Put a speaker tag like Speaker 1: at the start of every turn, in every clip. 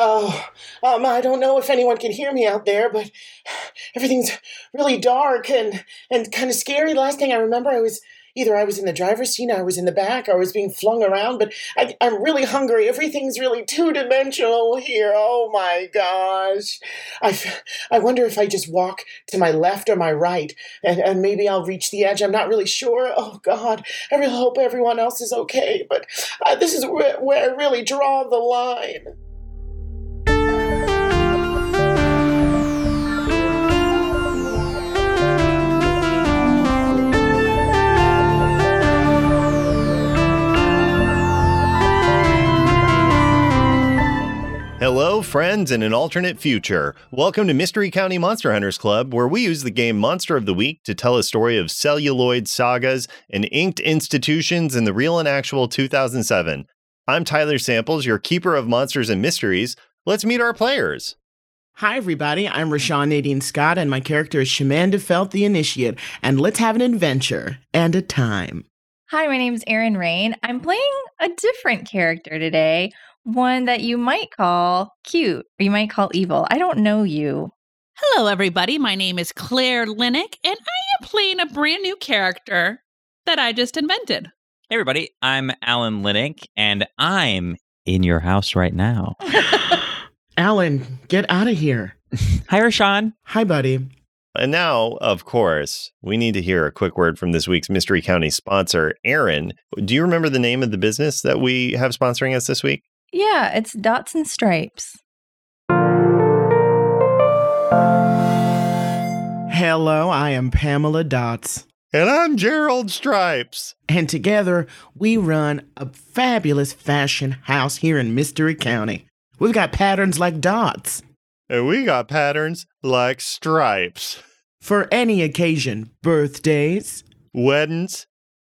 Speaker 1: Oh, um, I don't know if anyone can hear me out there, but everything's really dark and and kind of scary. Last thing I remember, I was either I was in the driver's seat, I was in the back, or I was being flung around. But I, I'm really hungry. Everything's really two dimensional here. Oh my gosh! I f- I wonder if I just walk to my left or my right, and and maybe I'll reach the edge. I'm not really sure. Oh God! I really hope everyone else is okay, but uh, this is where, where I really draw the line.
Speaker 2: Hello, friends in an alternate future. Welcome to Mystery County Monster Hunters Club, where we use the game Monster of the Week to tell a story of celluloid sagas and inked institutions in the real and actual 2007. I'm Tyler Samples, your keeper of monsters and mysteries. Let's meet our players.
Speaker 1: Hi, everybody. I'm Rashawn Nadine Scott, and my character is Shamanda Felt the Initiate. And let's have an adventure and a time.
Speaker 3: Hi, my name's Erin Rain. I'm playing a different character today, one that you might call cute or you might call evil. I don't know you.
Speaker 4: Hello, everybody. My name is Claire Linick, and I am playing a brand new character that I just invented.
Speaker 5: Hey, everybody. I'm Alan Linick, and I'm in your house right now.
Speaker 1: Alan, get out of here.
Speaker 5: Hi, Rashawn.
Speaker 1: Hi, buddy.
Speaker 2: And now, of course, we need to hear a quick word from this week's Mystery County sponsor, Aaron. Do you remember the name of the business that we have sponsoring us this week?
Speaker 3: Yeah, it's dots and stripes.
Speaker 1: Hello, I am Pamela Dots.
Speaker 2: And I'm Gerald Stripes.
Speaker 1: And together, we run a fabulous fashion house here in Mystery County. We've got patterns like dots.
Speaker 2: And we got patterns like stripes,
Speaker 1: For any occasion, birthdays,
Speaker 2: weddings,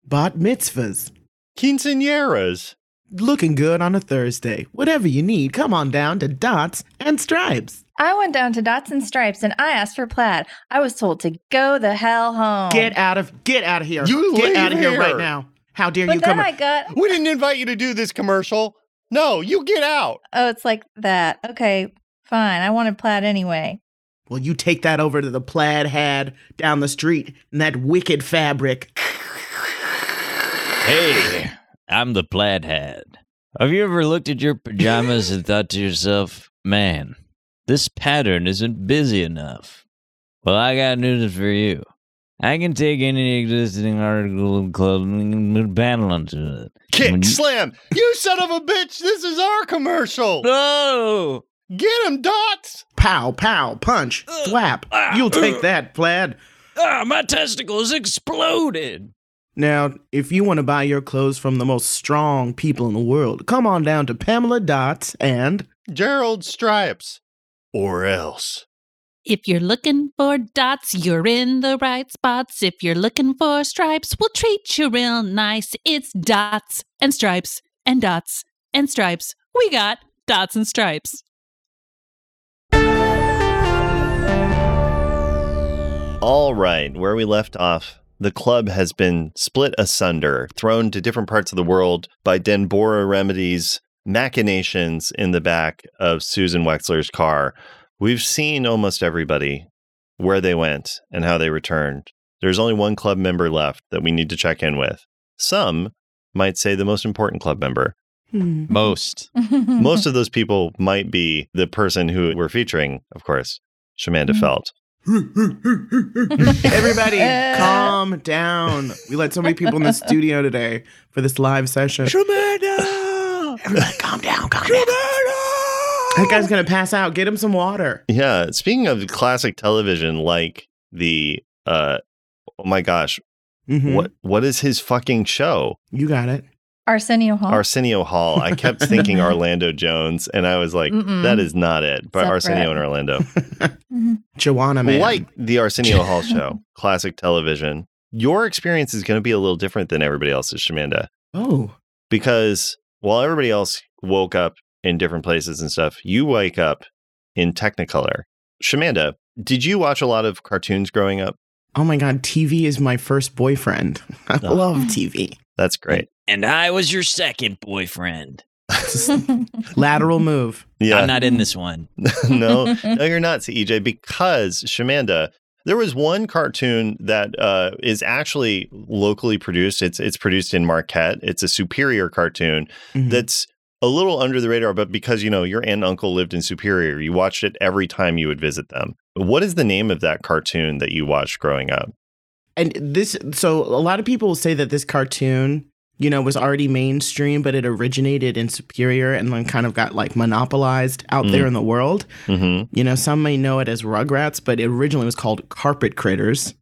Speaker 1: bat mitzvahs,
Speaker 2: quinceañeras.
Speaker 1: looking good on a Thursday. Whatever you need, come on down to Dots and Stripes.
Speaker 3: I went down to dots and stripes and I asked for plaid. I was told to go the hell home.
Speaker 1: Get out of get out of here.
Speaker 2: You
Speaker 1: get
Speaker 2: leave
Speaker 1: out of here. right
Speaker 2: here.
Speaker 1: now. How dare
Speaker 3: but
Speaker 1: you
Speaker 3: then
Speaker 1: come?
Speaker 3: I got
Speaker 2: We didn't invite you to do this commercial. No, you get out.
Speaker 3: oh, it's like that. Okay, fine. I wanted plaid anyway.
Speaker 1: Well, you take that over to the plaid had down the street and that wicked fabric.
Speaker 6: Hey, I'm the plaid hat. Have you ever looked at your pajamas and thought to yourself, man, this pattern isn't busy enough? Well, I got news for you. I can take any existing article of clothing and paddle onto it.
Speaker 2: Kick,
Speaker 6: When you-
Speaker 2: slam. You son of a bitch. This is our commercial.
Speaker 6: No!
Speaker 2: Get him, Dots.
Speaker 1: Pow, pow, punch, thwap. You'll take that plaid.
Speaker 6: Ah, my testicles exploded!
Speaker 1: Now, if you want to buy your clothes from the most strong people in the world, come on down to Pamela Dots and
Speaker 2: Gerald Stripes. Or else.
Speaker 4: If you're looking for dots, you're in the right spots. If you're looking for stripes, we'll treat you real nice. It's dots and stripes and dots and stripes. We got dots and stripes.
Speaker 2: All right, where we left off, the club has been split asunder, thrown to different parts of the world by Denbora Remedy's machinations in the back of Susan Wexler's car. We've seen almost everybody, where they went, and how they returned. There's only one club member left that we need to check in with. Some might say the most important club member.
Speaker 5: Most.
Speaker 1: Mm-hmm.
Speaker 2: Most of those people might be the person who we're featuring, of course,
Speaker 1: Mm-hmm.
Speaker 2: Shamanda
Speaker 3: Mhm.
Speaker 2: Felt.
Speaker 1: everybody
Speaker 3: Uh.
Speaker 1: calm down. We let so many people in the studio today for this live session. Everybody Oh, calm down, calm down. That guy's gonna pass out. Get him some water.
Speaker 2: Yeah. Speaking of classic television, like the uh oh my gosh,
Speaker 1: Mhm.
Speaker 2: what what is his fucking show?
Speaker 1: You got it.
Speaker 3: Arsenio Hall.
Speaker 2: Arsenio Hall. I kept thinking Orlando Jones, and I was like,
Speaker 3: Mm-mm.
Speaker 2: that is not it. But
Speaker 3: Separate.
Speaker 2: Arsenio and Orlando.
Speaker 1: Joanna man.
Speaker 2: Like the Arsenio Hall show, classic television. Your experience is gonna be a little different than everybody else's, Shamanda.
Speaker 1: Oh.
Speaker 2: Because while everybody else woke up in different places and stuff, you wake up in Technicolor. Shamanda, did you watch a lot of cartoons growing up?
Speaker 1: Oh my god, TV is my first boyfriend. I
Speaker 2: Oh.
Speaker 1: love TV.
Speaker 2: That's great.
Speaker 6: And I was your second boyfriend.
Speaker 1: Lateral move.
Speaker 2: Yeah.
Speaker 6: I'm not in this one.
Speaker 2: no, no, you're not, CEJ, because Shamanda, there was one cartoon that uh, is actually locally produced. It's it's produced in Marquette. It's a superior cartoon
Speaker 6: Mm-hmm.
Speaker 1: Mhm.
Speaker 2: that's a little under the radar, but because you know your aunt and uncle lived in Superior, you watched it every time you would visit them. What is the name of that cartoon that you watched growing up?
Speaker 1: and this, so a lot of people will say that this cartoon, you know, was already mainstream, but it originated in Superior and then kind of got like monopolized out
Speaker 2: Mm.
Speaker 1: there in the world.
Speaker 2: hmm
Speaker 1: You know, some may know it as Rugrats, but it originally was called Carpet Critters.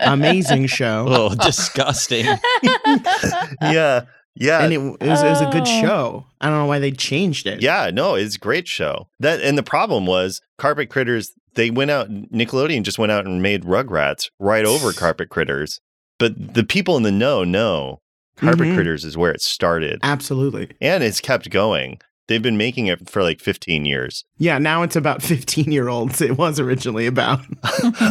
Speaker 1: Amazing show.
Speaker 6: Oh, disgusting. Uh,
Speaker 2: yeah, yeah.
Speaker 1: and it, it, was, it was a good
Speaker 3: Oh.
Speaker 1: show. I don't know why they changed it.
Speaker 2: Yeah, no, it's a great show. That and the problem was Carpet Critters. They went out. Nickelodeon just went out and made Rugrats right over Carpet Critters. But the people in the know know Carpet
Speaker 1: Mhm.
Speaker 2: Critters is where it started,
Speaker 1: Absolutely.
Speaker 2: and it's kept going. They've been making it for like 15 years.
Speaker 1: Yeah, now it's about 15 year olds. It was originally about.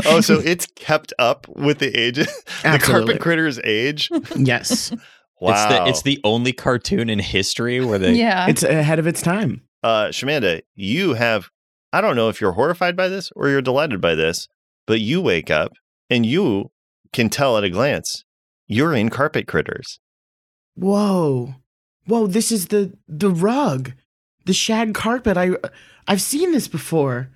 Speaker 2: oh, so it's kept up with the age, the
Speaker 1: Absolutely.
Speaker 2: Carpet Critters age.
Speaker 1: Yes.
Speaker 2: Wow,
Speaker 6: It's the it's the only cartoon in history where they
Speaker 3: yeah.
Speaker 1: It's ahead of its time.
Speaker 2: uh, Shamanda, you have, I don't know if you're horrified by this or you're delighted by this, but you wake up and you can tell at a glance you're in carpet critters.
Speaker 1: Whoa. Whoa, this is the the rug. The shag carpet. I I've seen this before.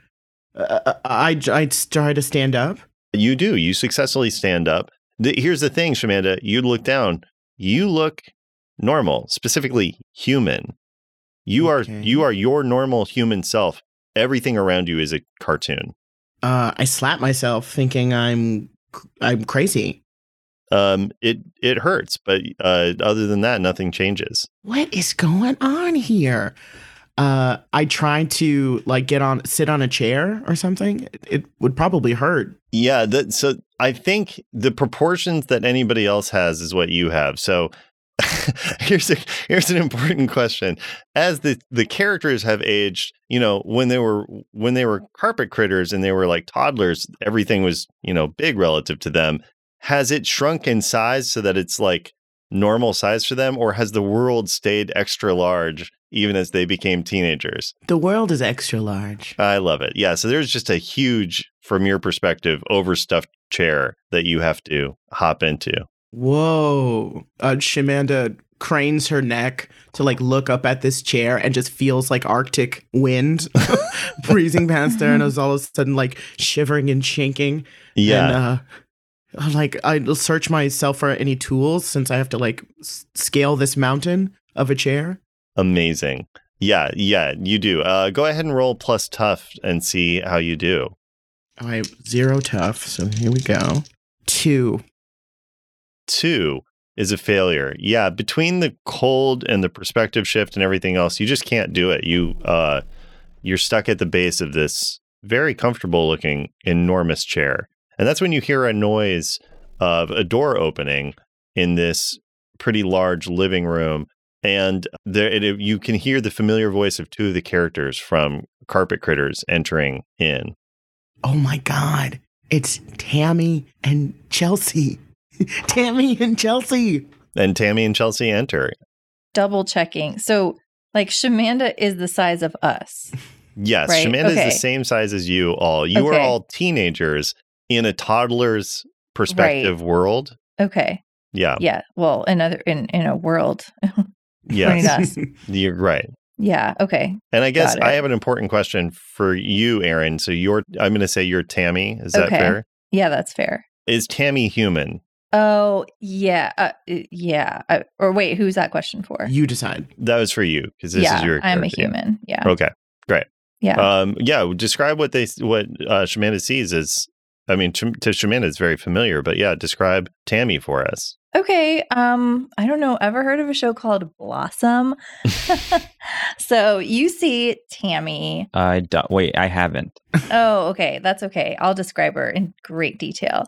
Speaker 1: Uh, I I I try to stand up.
Speaker 2: You do. You successfully stand up. The, here's the thing, Shamanda, you look down. You look normal, specifically human. You are
Speaker 1: Okay.
Speaker 2: you are your normal human self. Everything around you is a cartoon.
Speaker 1: Uh, I slap myself thinking I'm I'm crazy.
Speaker 2: Um, it it hurts, but uh, other than that, nothing changes.
Speaker 1: What is going on here? Uh, I try to like get on sit on a chair or something. It, it would probably hurt.
Speaker 2: Yeah, that so I think the proportions that anybody else has is what you have. So here's a, here's an important question. As the the characters have aged, you know, when they were when they were carpet critters and they were like toddlers, everything was, you know, big relative to them. Has it shrunk in size so that it's like normal size for them or has the world stayed extra large even as they became teenagers?
Speaker 1: The world is extra large.
Speaker 2: I love it. Yeah. So there's just a huge, from your perspective, overstuffed chair that you have to hop into.
Speaker 1: Whoa. Uh, Shemanda cranes her neck to like look up at this chair and just feels like Arctic wind breezing past her and is all of a sudden like shivering and shinking.
Speaker 2: Yeah.
Speaker 1: And, uh, I'm like, I'll search myself for any tools since I have to like s- scale this mountain of a chair.
Speaker 2: amazing. Yeah. Yeah. You do. Uh, go ahead and roll plus tough and see how you do.
Speaker 1: All right, zero tough. So here we go. Two.
Speaker 2: Two is a failure. Yeah. Between the cold and the perspective shift and everything else, you just can't do it. You, uh, you're stuck at the base of this very comfortable looking enormous chair. And that's when you hear a noise of a door opening in this pretty large living room. And there, it, it- you can hear the familiar voice of two of the characters from Carpet Critters entering in.
Speaker 1: Oh my God. It's Tammy and Chelsea. Tammy and Chelsea.
Speaker 2: And Tammy and Chelsea enter.
Speaker 3: Double checking. So, like, Shamanda is the size of us.
Speaker 2: Yes,
Speaker 3: Right,
Speaker 2: Shamanda
Speaker 3: okay.
Speaker 2: is the same size as you all. You are
Speaker 3: Okay.
Speaker 2: all teenagers in a toddler's perspective world.
Speaker 3: Okay.
Speaker 2: Yeah,
Speaker 3: Yeah. Well, another in in a world.
Speaker 2: yeah,
Speaker 3: Right. Yes.
Speaker 2: you're right.
Speaker 3: Yeah. Okay.
Speaker 2: And I guess
Speaker 3: Got it.
Speaker 2: I have an important question for you, Aaron. So you're, I'm going to say you're Tammy. Is that
Speaker 3: Okay.
Speaker 2: fair?
Speaker 3: Yeah, that's fair.
Speaker 2: Is Tammy human?
Speaker 3: Oh, yeah. Uh, uh, yeah. Uh, or wait, who's that question for?
Speaker 1: You decide.
Speaker 2: That was for you because this
Speaker 3: yeah,
Speaker 2: is your.
Speaker 3: I'm a
Speaker 2: character.
Speaker 3: human. Yeah.
Speaker 2: Okay, great.
Speaker 3: Yeah.
Speaker 2: Um, yeah. Describe what they what uh, Shamanda sees is. I mean, to, to Shamanda, it's very familiar, but yeah, describe Tammy for us.
Speaker 3: Okay. Um, I don't know. Ever heard of a show called Blossom? so you see Tammy.
Speaker 6: I don't, wait, I haven't.
Speaker 3: Oh, okay. That's okay. I'll describe her in great detail.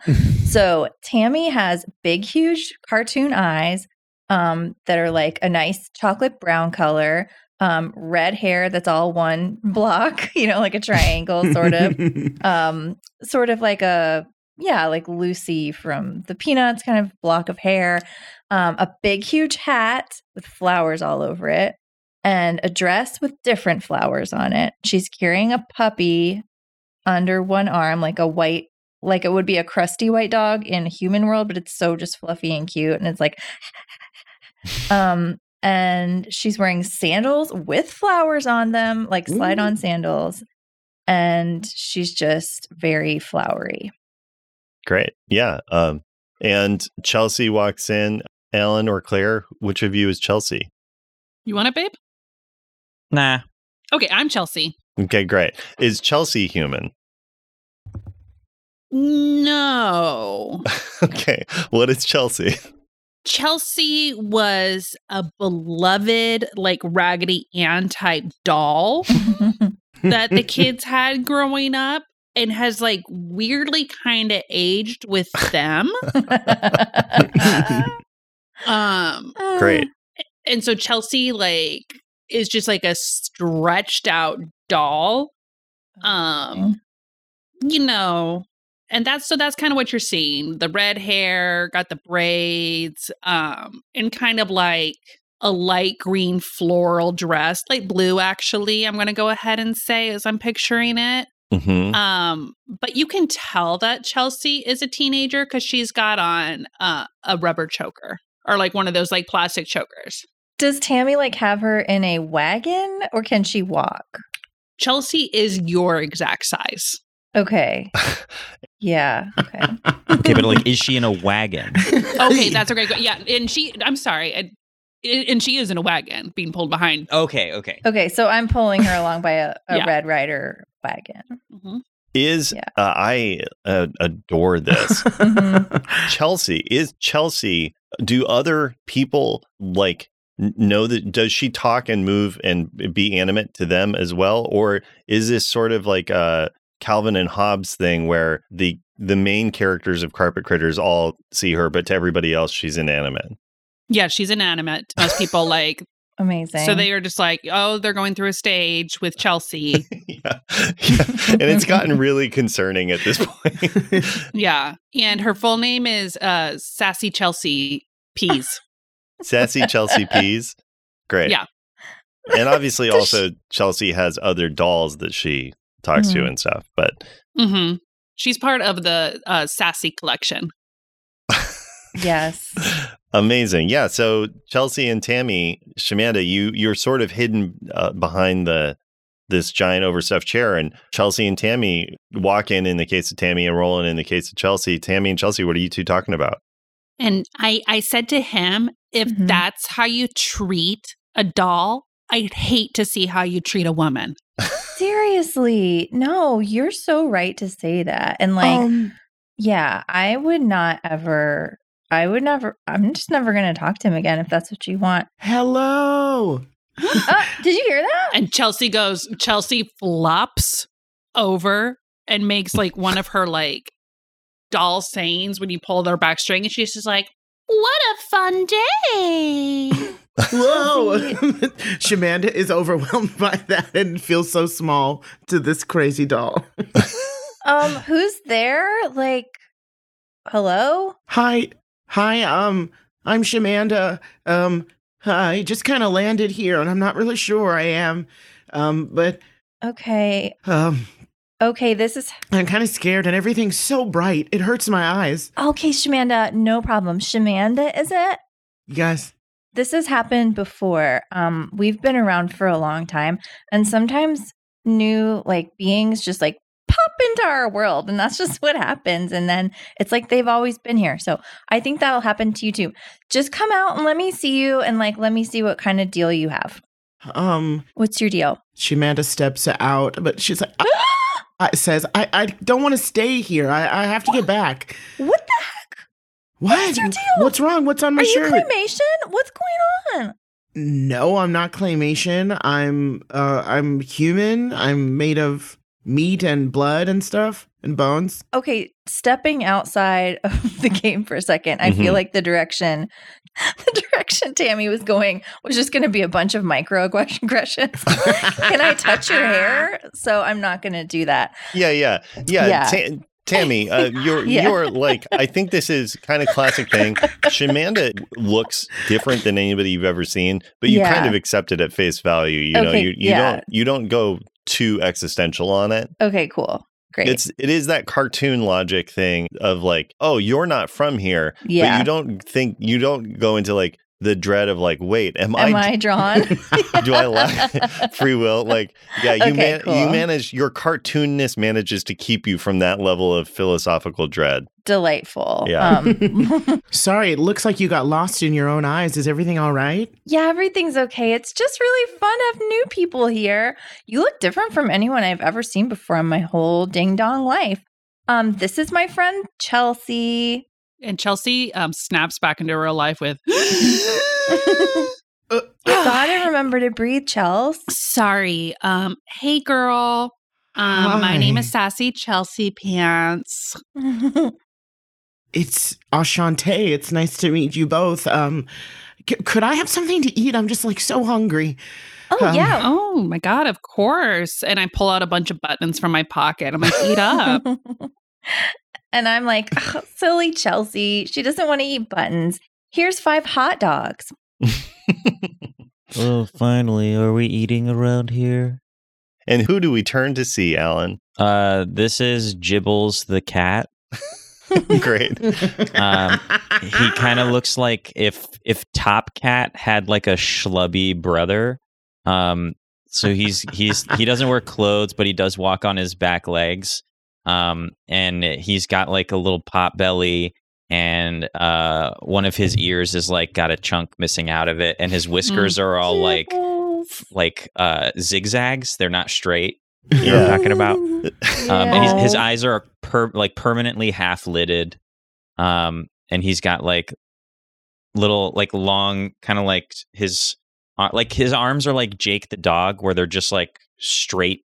Speaker 3: so Tammy has big, huge cartoon eyes um, that are like a nice chocolate brown color, um, red hair that's all one block, you know, like a triangle, sort of. um, sort of like a yeah, like Lucy from the Peanuts kind of block of hair, um, a big, huge hat with flowers all over it, and a dress with different flowers on it. She's carrying a puppy under one arm, like a white, like it would be a crusty white dog in human world, but it's so just fluffy and cute. And it's like, um, and she's wearing sandals with flowers on them, like slide on sandals. And she's just very flowery.
Speaker 2: Great. Yeah. Um, and Chelsea walks in. Alan or Claire, which of you is Chelsea?
Speaker 4: You want it, babe?
Speaker 6: Nah.
Speaker 4: Okay, I'm Chelsea.
Speaker 2: Okay, great. Is Chelsea human?
Speaker 4: No.
Speaker 2: okay. What is Chelsea?
Speaker 4: Chelsea was a beloved, like raggedy Ann type doll that the kids had growing up and has like weirdly kind of aged with them. Um
Speaker 2: Great.
Speaker 4: and so Chelsea like is just like a stretched out doll. Um you know, and that's so that's kind of what you're seeing. The red hair, got the braids, um and kind of like a light green floral dress, light blue actually. I'm going to go ahead and say as I'm picturing it.
Speaker 2: hmm
Speaker 4: Um, but you can tell that Chelsea is a teenager because she's got on uh, a rubber choker or like one of those like plastic chokers.
Speaker 3: Does Tammy like have her in a wagon or can she walk?
Speaker 4: Chelsea is your exact size.
Speaker 3: Okay. Yeah. Okay.
Speaker 6: Okay, but like, is she in a wagon?
Speaker 4: Okay, that's a great. que- Yeah, and she. I'm sorry, I, I- and she is in a wagon being pulled behind.
Speaker 6: Okay, okay.
Speaker 3: Okay. So I'm pulling her along by a, a
Speaker 4: Yeah.
Speaker 3: Red Rider wagon.
Speaker 4: Mhm.
Speaker 2: Is
Speaker 3: Yeah.
Speaker 2: uh, I uh, adore this.
Speaker 3: Mhm.
Speaker 2: Chelsea is Chelsea. Do other people like n- know that? Does she talk and move and be animate to them as well, or is this sort of like a Calvin and Hobbes thing where the the main characters of Carpet Critters all see her, but to everybody else she's inanimate?
Speaker 4: Yeah, she's inanimate. to Most people like
Speaker 3: Amazing.
Speaker 4: so they are just like, oh, they're going through a stage with Chelsea.
Speaker 2: yeah. yeah, and it's gotten really concerning at this point.
Speaker 4: yeah, and her full name is uh, Sassy Chelsea Pease.
Speaker 2: Sassy Chelsea Peas, great.
Speaker 4: Yeah.
Speaker 2: and obviously
Speaker 3: Does
Speaker 2: also Chelsea has other dolls that she talks to
Speaker 3: Mhm.
Speaker 2: and stuff, but.
Speaker 4: Mm-hmm. She's part of the uh, Sassy collection.
Speaker 3: Yes.
Speaker 2: Amazing. Yeah. So Chelsea and Tammy, Shamanda, you you're sort of hidden uh, behind the this giant overstuffed chair, and Chelsea and Tammy walk in. In the case of Tammy, and Roland in the case of Chelsea. Tammy and Chelsea, what are you two talking about?
Speaker 4: And I, I said to him, if
Speaker 3: Mhm.
Speaker 4: that's how you treat a doll, I'd hate to see how you treat a woman.
Speaker 3: Seriously. No, you're so right to say that. And like,
Speaker 1: Oh. Um,
Speaker 3: yeah, I would not ever, I would never, I'm just never going to talk to him again if that's what you want.
Speaker 1: Hello.
Speaker 3: Uh, did you hear that?
Speaker 4: And Chelsea goes, Chelsea flops over and makes like one of her like doll sayings when you pull their back string. And she's just like, what a fun day.
Speaker 1: Whoa.
Speaker 3: Chelsea.
Speaker 1: Shamanda is overwhelmed by that and feels so small to this crazy doll.
Speaker 3: Um, who's there? Like, hello?
Speaker 1: Hi. Hi, um, I'm Shamanda. Um, I just kind of landed here and I'm not really sure I am. Um, but,
Speaker 3: Okay.
Speaker 1: um,
Speaker 3: Okay. This is
Speaker 1: I'm kind of scared and everything's so bright. It hurts my eyes.
Speaker 3: okay, Shamanda. No problem. Shamanda, is it?
Speaker 1: You guys,
Speaker 3: This has happened before. Um, we've been around for a long time, and sometimes new like beings just like pop into our world, and that's just what happens. And then it's like they've always been here. So I think that'll happen to you too. Just come out and let me see you, and like let me see what kind of deal you have.
Speaker 1: um,
Speaker 3: What's your deal?
Speaker 1: Shamanda steps out, but she's like, I, I says, I, I don't want to stay here. I, I have to get back.
Speaker 3: What the heck?
Speaker 1: What?
Speaker 3: What's your deal?
Speaker 1: What's wrong? What's on my
Speaker 3: Are you
Speaker 1: shirt?
Speaker 3: claymation? What's going on?
Speaker 1: no, I'm not claymation. I'm uh I'm human. I'm made of meat and blood and stuff and bones.
Speaker 3: okay, stepping outside of
Speaker 2: Mm-hmm.
Speaker 3: the game for a 2nd I
Speaker 2: Mhm.
Speaker 3: feel like the direction the direction Tammy was going was just going to be a bunch of microaggressions. Can I touch your hair? So I'm not going to do that.
Speaker 2: Yeah, yeah, yeah.
Speaker 3: Yeah.
Speaker 2: Ta- Tammy, uh, you're
Speaker 3: Yeah.
Speaker 2: you're like I think this is kind of classic thing. Shamanda looks different than anybody you've ever seen, but you kind
Speaker 3: Yeah.
Speaker 2: of accept it at face value. You know,
Speaker 3: Okay,
Speaker 2: you you
Speaker 3: yeah.
Speaker 2: don't you don't go too existential on it.
Speaker 3: Okay, cool. Great.
Speaker 2: It's it is that cartoon logic thing of like, oh, you're not from here, but
Speaker 3: yeah.
Speaker 2: you don't think you don't go into like the dread of like, wait, am,
Speaker 3: Am I drawn?
Speaker 2: do I lack free will? Like, yeah, you
Speaker 3: Okay,
Speaker 2: man- you
Speaker 3: cool.
Speaker 2: manage your cartoonness manages to keep you from that level of philosophical dread.
Speaker 3: Delightful.
Speaker 2: Yeah.
Speaker 3: Um,
Speaker 1: Sorry, it looks like you got lost in your own eyes. Is everything all right?
Speaker 3: yeah, everything's okay. It's just really fun to have new people here. You look different from anyone I've ever seen before in my whole ding dong life. Um, this is my friend Chelsea.
Speaker 4: And Chelsea um, snaps back into real life with,
Speaker 3: Gotta remember to breathe, Chels.
Speaker 4: Sorry. Um, hey, girl. Um, my name
Speaker 1: Hi.
Speaker 4: is Sassy Chelsea Pants.
Speaker 3: Oh,
Speaker 1: It's Ashante. It's nice to meet you both. Um, c- could I have something to eat? I'm just like so hungry.
Speaker 3: Oh
Speaker 1: Um,
Speaker 3: yeah.
Speaker 4: Oh my God, of course. And I pull out a bunch of buttons from my pocket. I'm like, eat up.
Speaker 3: and I'm like, "Ugh, silly Chelsea. She doesn't want to eat buttons. Here's five hot dogs.
Speaker 6: Well, Oh, finally, are we eating around here?
Speaker 2: And who do we turn to see, Alan?
Speaker 6: Uh, this is Jibbles the cat.
Speaker 2: Great.
Speaker 6: Um, He kind
Speaker 1: Ah.
Speaker 6: of looks like if if Top Cat had like a schlubby brother. Um, so he's he's he doesn't wear clothes, but he does walk on his back legs. Um, and he's got like a little pot belly, and uh, one of his ears is like got a chunk missing out of it, and his whiskers are all like f- like uh zigzags. They're not straight. You know what I'm talking about? Um, and he's, his
Speaker 3: Yeah.
Speaker 6: eyes are per, like permanently half lidded. Um, and he's got like little, like long, kind of like his, ar- like his arms are like Jake the dog, where they're just like straight,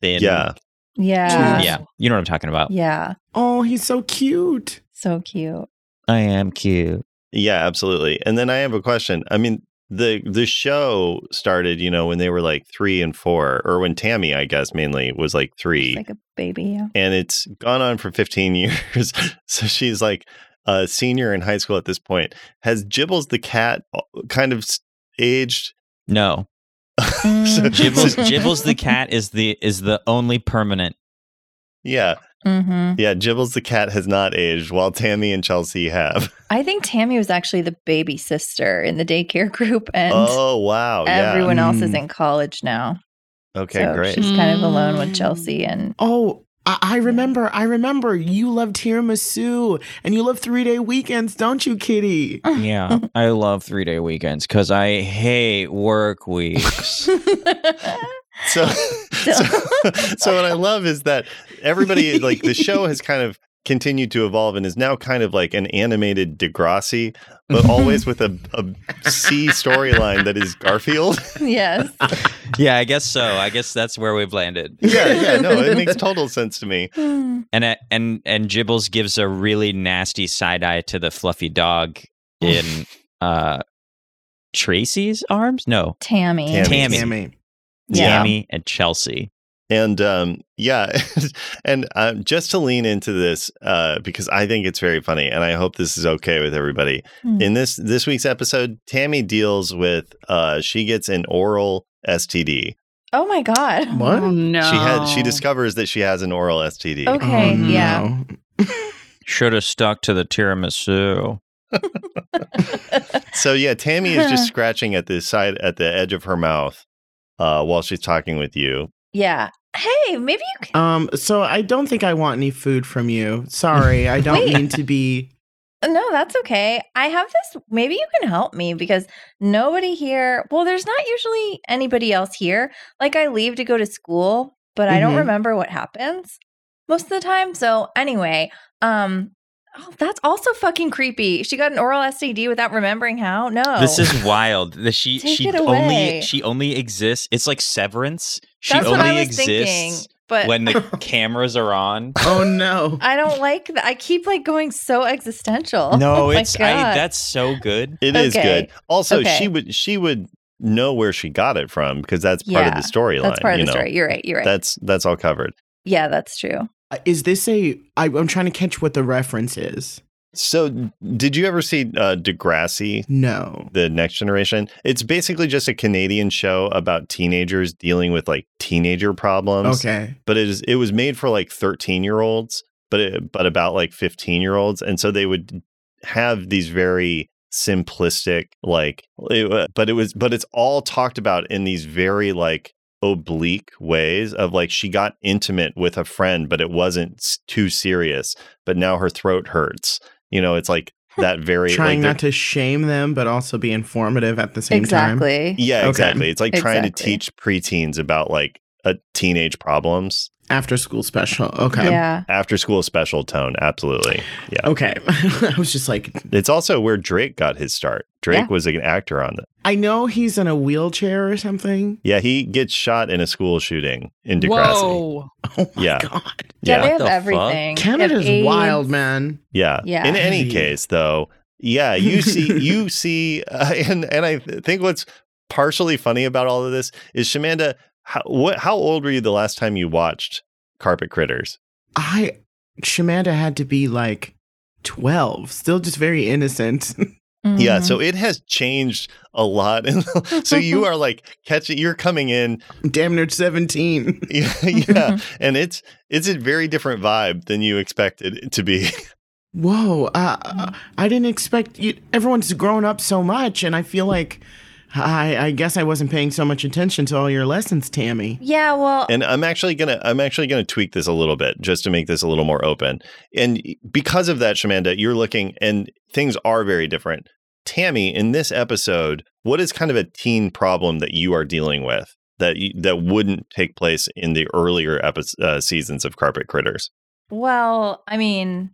Speaker 6: thin.
Speaker 2: Yeah.
Speaker 3: Yeah.
Speaker 6: Yeah. You know what I'm talking about.
Speaker 3: Yeah.
Speaker 1: oh, he's so cute.
Speaker 3: So cute.
Speaker 6: I am cute.
Speaker 2: Yeah, absolutely. And then I have a question. I mean, the the show started, you know, when they were like three and four, or when Tammy, I guess, mainly was like three.
Speaker 3: Just like a baby. Yeah.
Speaker 2: and it's gone on for 15 years. so she's like a senior in high school at this point. Has Jibbles the cat uh, kind of s- aged?
Speaker 6: No.
Speaker 3: Mm-hmm.
Speaker 2: So-
Speaker 6: Jibbles,
Speaker 2: so-
Speaker 6: Jibbles the cat is the, is the only permanent.
Speaker 2: yeah,
Speaker 3: hmm
Speaker 2: yeah. Jibbles the cat has not aged, while Tammy and Chelsea have.
Speaker 3: I think Tammy was actually the baby sister in the daycare group, and
Speaker 2: oh wow! Yeah.
Speaker 3: everyone else is
Speaker 1: Mm.
Speaker 3: in college now.
Speaker 2: Okay,
Speaker 3: so
Speaker 2: great.
Speaker 3: She's kind of alone with
Speaker 4: Mm.
Speaker 3: Chelsea, and
Speaker 1: Oh, I, I remember. I remember. You love tiramisu, and you love three day weekends, don't you, Kitty?
Speaker 6: Yeah. I love three day weekends because I hate work weeks.
Speaker 2: So, so, so what I love is that everybody like the show has kind of continued to evolve and is now kind of like an animated Degrassi, but always with a, a C storyline that is Garfield.
Speaker 3: yes,
Speaker 6: yeah, I guess so. I guess that's where we've landed.
Speaker 2: yeah, yeah, no, it makes total sense to me.
Speaker 6: And uh, and and Jibbles gives a really nasty side eye to the fluffy dog in uh Tracy's arms. No,
Speaker 3: Tammy.
Speaker 2: Tammy.
Speaker 6: Tammy, Tammy,
Speaker 1: Tammy.
Speaker 3: Yeah.
Speaker 6: and Chelsea.
Speaker 2: And um, yeah, and um, just to lean into this uh, because I think it's very funny, and I hope this is okay with everybody.
Speaker 3: Hmm.
Speaker 2: In this this week's episode, Tammy deals with uh, she gets an oral STD.
Speaker 3: Oh my god.
Speaker 1: What?
Speaker 4: Oh, no.
Speaker 2: She had she discovers that she has an oral STD.
Speaker 3: Okay.
Speaker 1: Oh,
Speaker 3: yeah.
Speaker 1: no.
Speaker 6: Should have stuck to the tiramisu.
Speaker 2: So yeah, Tammy is just scratching at the side at the edge of her mouth uh, while she's talking with you.
Speaker 3: yeah. Hey, maybe you
Speaker 1: Um. So I don't think I want any food from you. Sorry, I don't
Speaker 3: Wait.
Speaker 1: mean to be.
Speaker 3: can. No, that's okay. I have this. Maybe you can help me because nobody here. Well, there's not usually anybody else here. Like I leave to go to school, but I don't
Speaker 6: Mm-hmm.
Speaker 1: Mhm.
Speaker 3: remember what happens most of the time. So anyway, um. Oh, that's also fucking creepy. She got an oral STD without remembering how. No,
Speaker 6: This is wild. The- she
Speaker 3: Oh. Take
Speaker 6: she
Speaker 3: it
Speaker 6: only
Speaker 3: away.
Speaker 6: she only exists. It's like Severance. She
Speaker 3: that's
Speaker 6: only
Speaker 3: what I was thinking.
Speaker 6: exists
Speaker 3: But
Speaker 6: when the cameras are on.
Speaker 1: Oh no.
Speaker 3: I don't like that. I keep like going so existential.
Speaker 6: No,
Speaker 3: Oh my
Speaker 6: it's I,
Speaker 3: God.
Speaker 6: that's so good.
Speaker 2: It is
Speaker 3: Okay.
Speaker 2: good. Also, she
Speaker 3: Okay.
Speaker 2: would she would know where she got it from because that's part
Speaker 3: Yeah,
Speaker 2: of the storyline.
Speaker 3: that's part of
Speaker 2: you
Speaker 3: the
Speaker 2: know.
Speaker 3: story. You're right. You're right.
Speaker 2: That's that's all covered.
Speaker 3: yeah, that's true.
Speaker 1: Uh, Is this a? I, I'm trying to catch what the reference is.
Speaker 2: So, did you ever see uh, Degrassi?
Speaker 1: No.
Speaker 2: the next generation it's basically just a canadian show about teenagers dealing with like teenager problems
Speaker 1: Okay.
Speaker 2: but it is it was made for like 13 year olds but it, but about like 15 year olds and so they would have these very simplistic like it, wa- but it was but it's all talked about in these very like oblique ways of like she got intimate with a friend but it wasn't s- too serious but now her throat hurts you know it's like that very
Speaker 1: Trying
Speaker 2: like they're-
Speaker 1: not to shame them, but also be informative at the same time.
Speaker 3: exactly.
Speaker 2: yeah,
Speaker 1: Okay.
Speaker 2: exactly. It's like trying to
Speaker 3: Exactly.
Speaker 2: teach preteens about like a teenage problems.
Speaker 1: After school special. Okay.
Speaker 3: Yeah.
Speaker 2: After school special tone, absolutely. Yeah.
Speaker 1: Okay. I was just like,
Speaker 2: It's also where Drake got his start. Drake
Speaker 3: Yeah.
Speaker 2: was an actor on the
Speaker 1: I know he's in a wheelchair or something.
Speaker 2: Yeah, he gets shot in a school shooting in Degrassi.
Speaker 4: Whoa.
Speaker 1: Oh my
Speaker 2: Yeah.
Speaker 1: god.
Speaker 3: Yeah,
Speaker 2: Yeah.
Speaker 3: they have
Speaker 7: the fuck?
Speaker 3: everything. They have
Speaker 1: Canada's
Speaker 3: AIDS.
Speaker 1: wild, man.
Speaker 2: Yeah.
Speaker 3: Yeah.
Speaker 2: In any
Speaker 1: Hey.
Speaker 2: case though, yeah, you see you see uh, and and I th- think what's partially funny about all of this is Shamanda how what how old were you the last time you watched Carpet Critters?
Speaker 1: I Shamanda had to be like twelve, still just very innocent.
Speaker 2: Yeah,
Speaker 3: Mhm.
Speaker 2: so it has changed a lot. And so you are like catching you're coming in
Speaker 1: Damn near seventeen.
Speaker 2: yeah, yeah, and it's it's a very different vibe than you expected it to be.
Speaker 1: Whoa! Uh, I didn't expect you. Everyone's grown up so much, and I feel like I, I guess I wasn't paying so much attention to all your lessons, Tammy.
Speaker 3: yeah, well,
Speaker 2: And I'm actually going to I'm actually going to tweak this a little bit just to make this a little more open. And because of that Shamanda, you're looking and things are very different. Tammy, in this episode, what is kind of a teen problem that you are dealing with that you, that wouldn't take place in the earlier episodes, uh, seasons of Carpet Critters?
Speaker 3: well, I mean,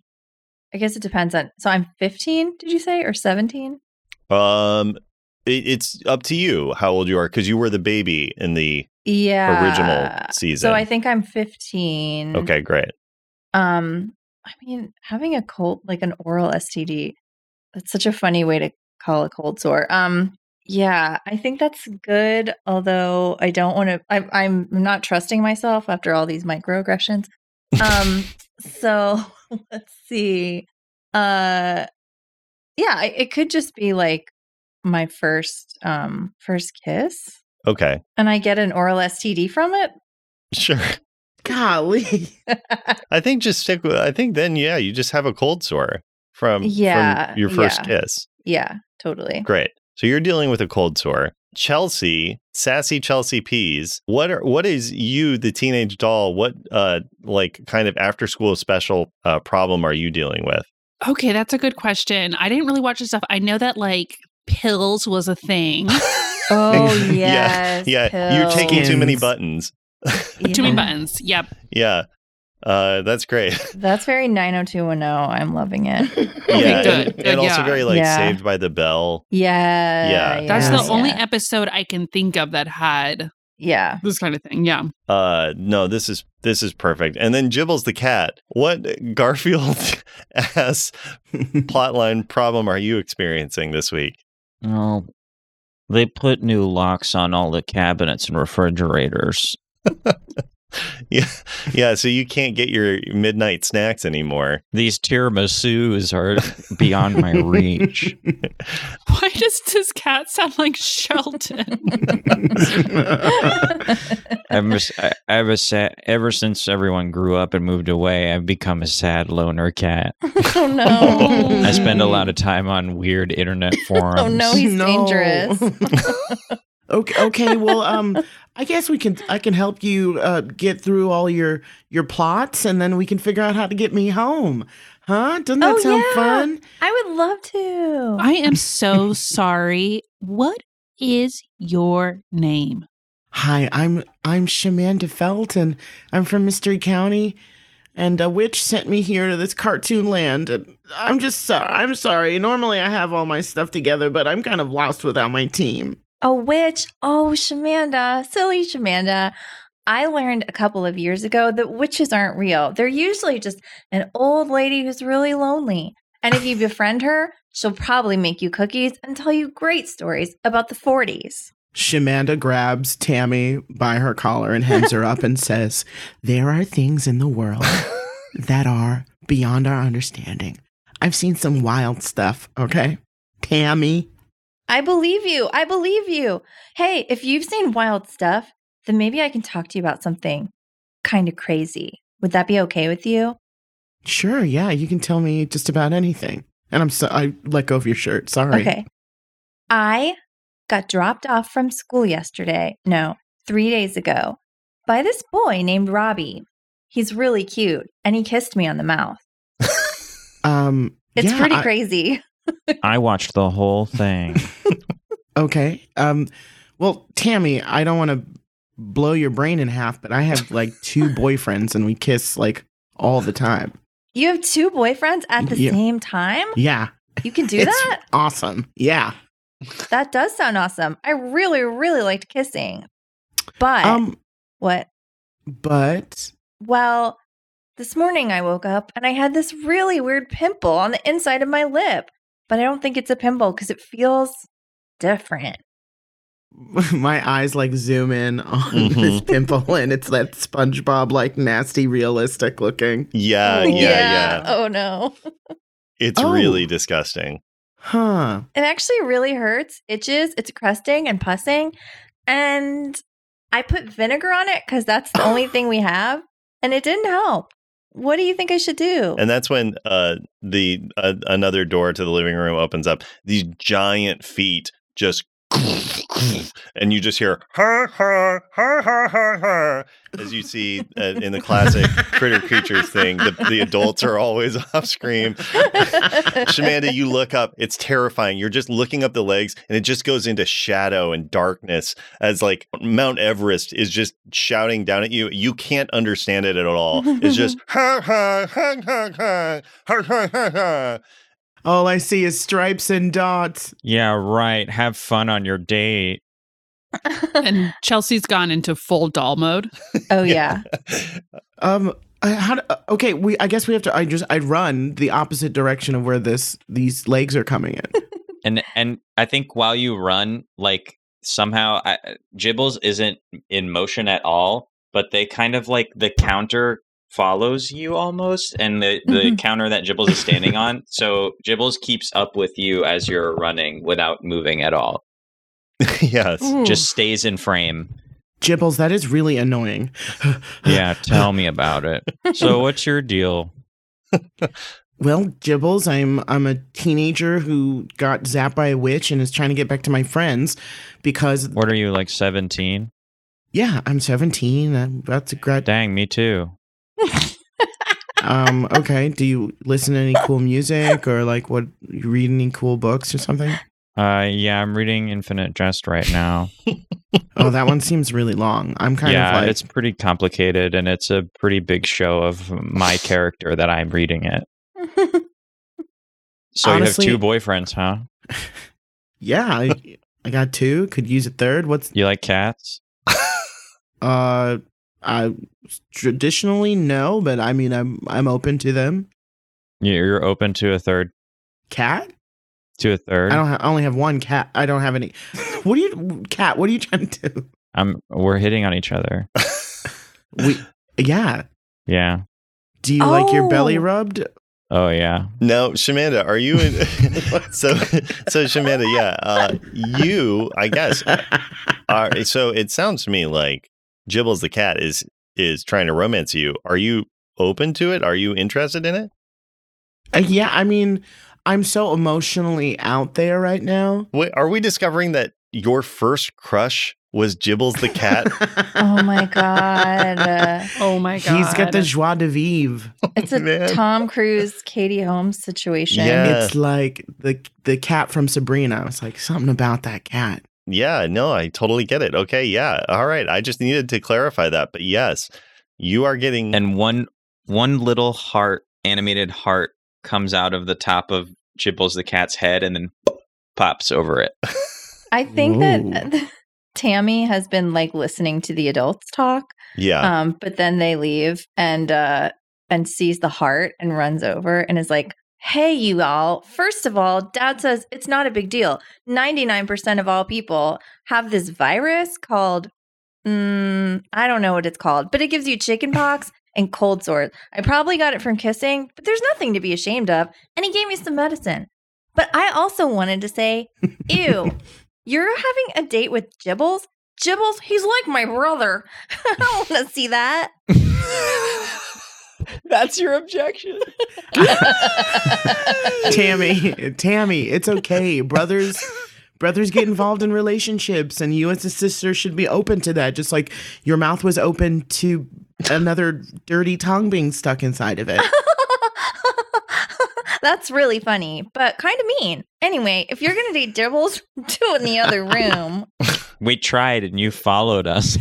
Speaker 3: I guess it depends on. So I'm 15, did you say, or 17?
Speaker 2: Um, it, it's up to you how old you are because you were the baby in the
Speaker 3: Yeah.
Speaker 2: original season.
Speaker 3: So I think I'm 15.
Speaker 2: okay, great.
Speaker 3: Um, I mean, having a cold, like an oral STD, that's such a funny way to call a cold sore. Um, yeah, I think that's good. Although I don't want to, I'm, I'm not trusting myself after all these microaggressions. Um, so let's see. Uh, yeah, I, it could just be like my first, um, first kiss,
Speaker 2: Okay,
Speaker 3: and I get an oral STD from it.
Speaker 2: sure.
Speaker 1: Golly!
Speaker 2: I think just stick with. I think then yeah, you just have a cold sore from
Speaker 3: Yeah,
Speaker 2: from your first
Speaker 3: yeah.
Speaker 2: kiss.
Speaker 3: Yeah, totally.
Speaker 2: Great. So you're dealing with a cold sore. Chelsea, sassy Chelsea Peas. What are what is you, the teenage doll? What uh like kind of after school special uh, problem are you dealing with?
Speaker 4: Okay, that's a good question. I didn't really watch this stuff. I know that like pills was a thing.
Speaker 3: Oh
Speaker 2: Yeah,
Speaker 3: yes.
Speaker 2: Yeah, you're taking too many
Speaker 1: Pills.
Speaker 2: buttons.
Speaker 4: Too many
Speaker 3: Yeah.
Speaker 4: buttons. Yep.
Speaker 2: Yeah, uh, that's great.
Speaker 3: That's very 90210. I'm loving it.
Speaker 2: yeah,
Speaker 4: good,
Speaker 2: and,
Speaker 4: good,
Speaker 2: and also
Speaker 4: yeah.
Speaker 2: very like
Speaker 3: Yeah.
Speaker 2: Saved by the Bell.
Speaker 3: Yeah.
Speaker 2: Yeah.
Speaker 4: That's
Speaker 3: yeah,
Speaker 4: the only
Speaker 3: yeah.
Speaker 4: episode I can think of that had
Speaker 3: yeah.
Speaker 4: this kind of thing. Yeah.
Speaker 2: Uh, no, this is this is perfect. And then Gibbles the cat. What Garfield ass plotline problem are you experiencing this week?
Speaker 7: Oh, they put new locks on all the cabinets and refrigerators.
Speaker 2: Yeah, yeah. So you can't get your midnight snacks anymore.
Speaker 7: These tiramisus are beyond my reach.
Speaker 4: Why does this cat sound like Shelton?
Speaker 7: Ever, s- I- ever, sa- ever since everyone grew up and moved away, I've become a sad loner cat.
Speaker 3: oh no.
Speaker 7: I spend a lot of time on weird internet forums.
Speaker 3: Mm-hmm. Oh no, he's dangerous.
Speaker 1: okay, okay. Well, um, I guess we can. I can help you uh, get through all your your plots, and then we can figure out how to get me home. Huh? Doesn't that
Speaker 3: Oh,
Speaker 1: sound
Speaker 3: yeah.
Speaker 1: fun?
Speaker 3: I would love to.
Speaker 4: I am so sorry. What is your name?
Speaker 1: Hi, I'm I'm Shamanda Felton. I'm from Mystery County, and a witch sent me here to this cartoon land. And I'm just sorry. I'm sorry. Normally I have all my stuff together, but I'm kind of lost without my team.
Speaker 3: a witch. Oh, Shamanda. Silly Shamanda. I learned a couple of years ago that witches aren't real. They're usually just an old lady who's really lonely. And if you befriend her, she'll probably make you cookies and tell you great stories about the 40s.
Speaker 1: Shamanda grabs Tammy by her collar and hems her up and says, "There are things in the world that are beyond our understanding. I've seen some wild stuff, okay? Tammy.
Speaker 3: I believe you. I believe you. Hey, if you've seen wild stuff, then maybe I can talk to you about something kind of crazy. Would that be okay with you?
Speaker 1: Sure, yeah, you can tell me just about anything. And I'm so I let go of your shirt. Sorry.
Speaker 3: Okay. I got dropped off from school yesterday. No, three days ago by this boy named Robbie. He's really cute and he kissed me on the mouth.
Speaker 1: Um
Speaker 3: It's
Speaker 1: yeah,
Speaker 3: pretty
Speaker 1: I-
Speaker 3: crazy.
Speaker 6: I watched the whole thing.
Speaker 1: Okay. Um well, Tammy, I don't want to blow your brain in half, but I have like two boyfriends and we kiss like all the time.
Speaker 3: You have two boyfriends at the
Speaker 1: Yeah.
Speaker 3: same time?
Speaker 1: Yeah.
Speaker 3: You can do
Speaker 1: it's
Speaker 3: that?
Speaker 1: Awesome. Yeah.
Speaker 3: That does sound awesome. I really, really liked kissing. But
Speaker 1: Um
Speaker 3: what?
Speaker 1: but
Speaker 3: Well, this morning I woke up and I had this really weird pimple on the inside of my lip, but I don't think it's a pimple because it feels different.
Speaker 1: my eyes like zoom in on
Speaker 2: Mhm.
Speaker 1: this pimple and it's that SpongeBob like nasty realistic looking.
Speaker 2: Uh, Yeah, yeah, yeah.
Speaker 3: Oh no.
Speaker 2: It's
Speaker 1: Oh.
Speaker 2: really disgusting.
Speaker 1: Huh.
Speaker 3: It actually really hurts, itches, it's crusting and pussing. And I put vinegar on it because that's the only thing we have, and it didn't help. What do you think I should do?
Speaker 2: And that's when uh, the uh, another door to the living room opens up. These giant feet just, and you just hear "Har, har, har, har, har, har," as you see uh, in the classic Critter Creatures thing. The, the adults are always off screen. Shamanda, you look up. It's terrifying. You're just looking up the legs, and it just goes into shadow and darkness as like Mount Everest is just shouting down at you. You can't understand it at all. It's just ha ha ha ha ha ha ha ha. ha.
Speaker 1: All I see is stripes and dots.
Speaker 6: yeah, right. Have fun on your date.
Speaker 4: And Chelsea's gone into full doll mode.
Speaker 3: oh yeah.
Speaker 1: Um I- how do, okay, we I guess we have to I just I run the opposite direction of where this these legs are coming in.
Speaker 6: And and I think while you run, like somehow I, uh, Jibbles isn't in motion at all, but they kind of like the counter follows you almost, and the the
Speaker 3: Mhm.
Speaker 6: counter that Jibbles is standing on. So Jibbles keeps up with you as you're running without moving at all.
Speaker 2: yes.
Speaker 6: Just stays in frame.
Speaker 1: Jibbles, that is really annoying.
Speaker 6: Yeah, tell me about it. So what's your deal?
Speaker 1: Well, Jibbles, I'm I'm a teenager who got zapped by a witch and is trying to get back to my friends because
Speaker 6: What are you like 17?
Speaker 1: yeah, I'm 17. I'm about to grad.
Speaker 6: Dang, me too.
Speaker 1: Um, okay. Do you listen to any cool music or like what you read any cool books or something?
Speaker 6: Uh yeah, I'm reading Infinite Jest right now.
Speaker 1: Oh, that one seems really long. I'm kind
Speaker 6: yeah,
Speaker 1: of like
Speaker 6: it's pretty complicated and it's a pretty big show of my character that I'm reading it. So
Speaker 1: Honestly-
Speaker 6: you have two boyfriends, huh?
Speaker 1: yeah. I, I got two. Could use a third. What's
Speaker 6: You like cats?
Speaker 1: uh, I traditionally no, but I mean I'm I'm open to them.
Speaker 6: You're open to a third
Speaker 1: Cat.
Speaker 6: to a third.
Speaker 1: I don't. Ha- I only have one cat. I don't have any. What do you, cat? What are you trying to do?
Speaker 6: I'm we're hitting on each other.
Speaker 1: We, yeah.
Speaker 6: Yeah.
Speaker 1: Do you like your belly
Speaker 3: Oh.
Speaker 1: rubbed?
Speaker 6: Oh yeah.
Speaker 2: Now, Shamanda, are you in? so, so Shamanda, yeah, uh, you, I guess, are. So it sounds to me like Jibbles the cat is is trying to romance you. Are you open to it? Are you interested in it?
Speaker 1: Uh, yeah. I mean, I'm so emotionally out there right now.
Speaker 2: Wait, are we discovering that your first crush was Jibbles the cat?
Speaker 3: Oh my god.
Speaker 4: Oh my god.
Speaker 1: He's got the joie de vivre.
Speaker 3: It's a
Speaker 2: Man.
Speaker 3: Tom Cruise, Katie Holmes situation.
Speaker 2: Yeah.
Speaker 1: It's like the the cat from Sabrina. It's like something about that cat.
Speaker 2: yeah, no, I totally get it. Okay, yeah, all right. I just needed to clarify that, but yes, you are getting.
Speaker 6: And one one little heart, animated heart, comes out of the top of Jibbles the cat's head and then pops over it.
Speaker 3: I think
Speaker 1: Whoa.
Speaker 3: that Tammy has been like listening to the adults talk,
Speaker 2: yeah,
Speaker 3: um, but then they leave and uh, and sees the heart and runs over and is like, "Hey, you all! First of all, Dad says it's not a big deal. Ninety nine percent of all people have this virus called." Mm, I don't know what it's called, but it gives you chicken pox and cold sores. I probably got it from kissing, but there's nothing to be ashamed of. And he gave me some medicine. But I also wanted to say, ew, you're having a date with Jibbles? Jibbles, he's like my brother. I don't want to see that.
Speaker 7: That's your objection.
Speaker 1: Tammy, Tammy, it's okay. Brothers brothers get involved in relationships and you as a sister should be open to that. Just like your mouth was open to another dirty tongue being stuck inside of it.
Speaker 3: That's really funny, but kind of mean. Anyway, if you're going to date Jibbles, do it in the other room.
Speaker 6: We tried and you followed us.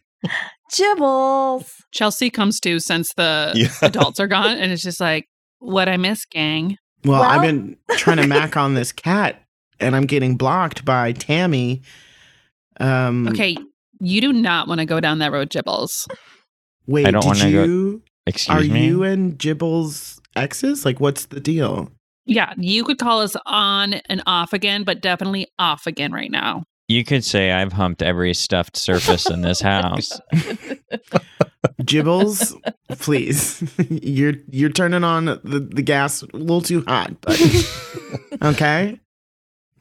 Speaker 3: Jibbles.
Speaker 4: Chelsea comes to since the
Speaker 2: Yeah.
Speaker 4: adults are gone, and it's just like, what I miss, gang.
Speaker 1: Well, I've
Speaker 3: Well-
Speaker 1: been trying to mac on this cat and I'm getting blocked by Tammy. Um
Speaker 4: Okay, you do not want to go down that road, Jibbles.
Speaker 1: wait,
Speaker 6: I don't
Speaker 1: did
Speaker 6: wanna go-
Speaker 1: you
Speaker 6: Excuse
Speaker 1: Are
Speaker 6: me.
Speaker 1: you and Jibbles exes? Like, what's the deal?
Speaker 4: Yeah, you could call us on and off again, but definitely off again right now.
Speaker 6: You could say I've humped every stuffed surface in this house.
Speaker 1: Jibbles, please, you're you're turning on the, the gas a little too hot. but- okay,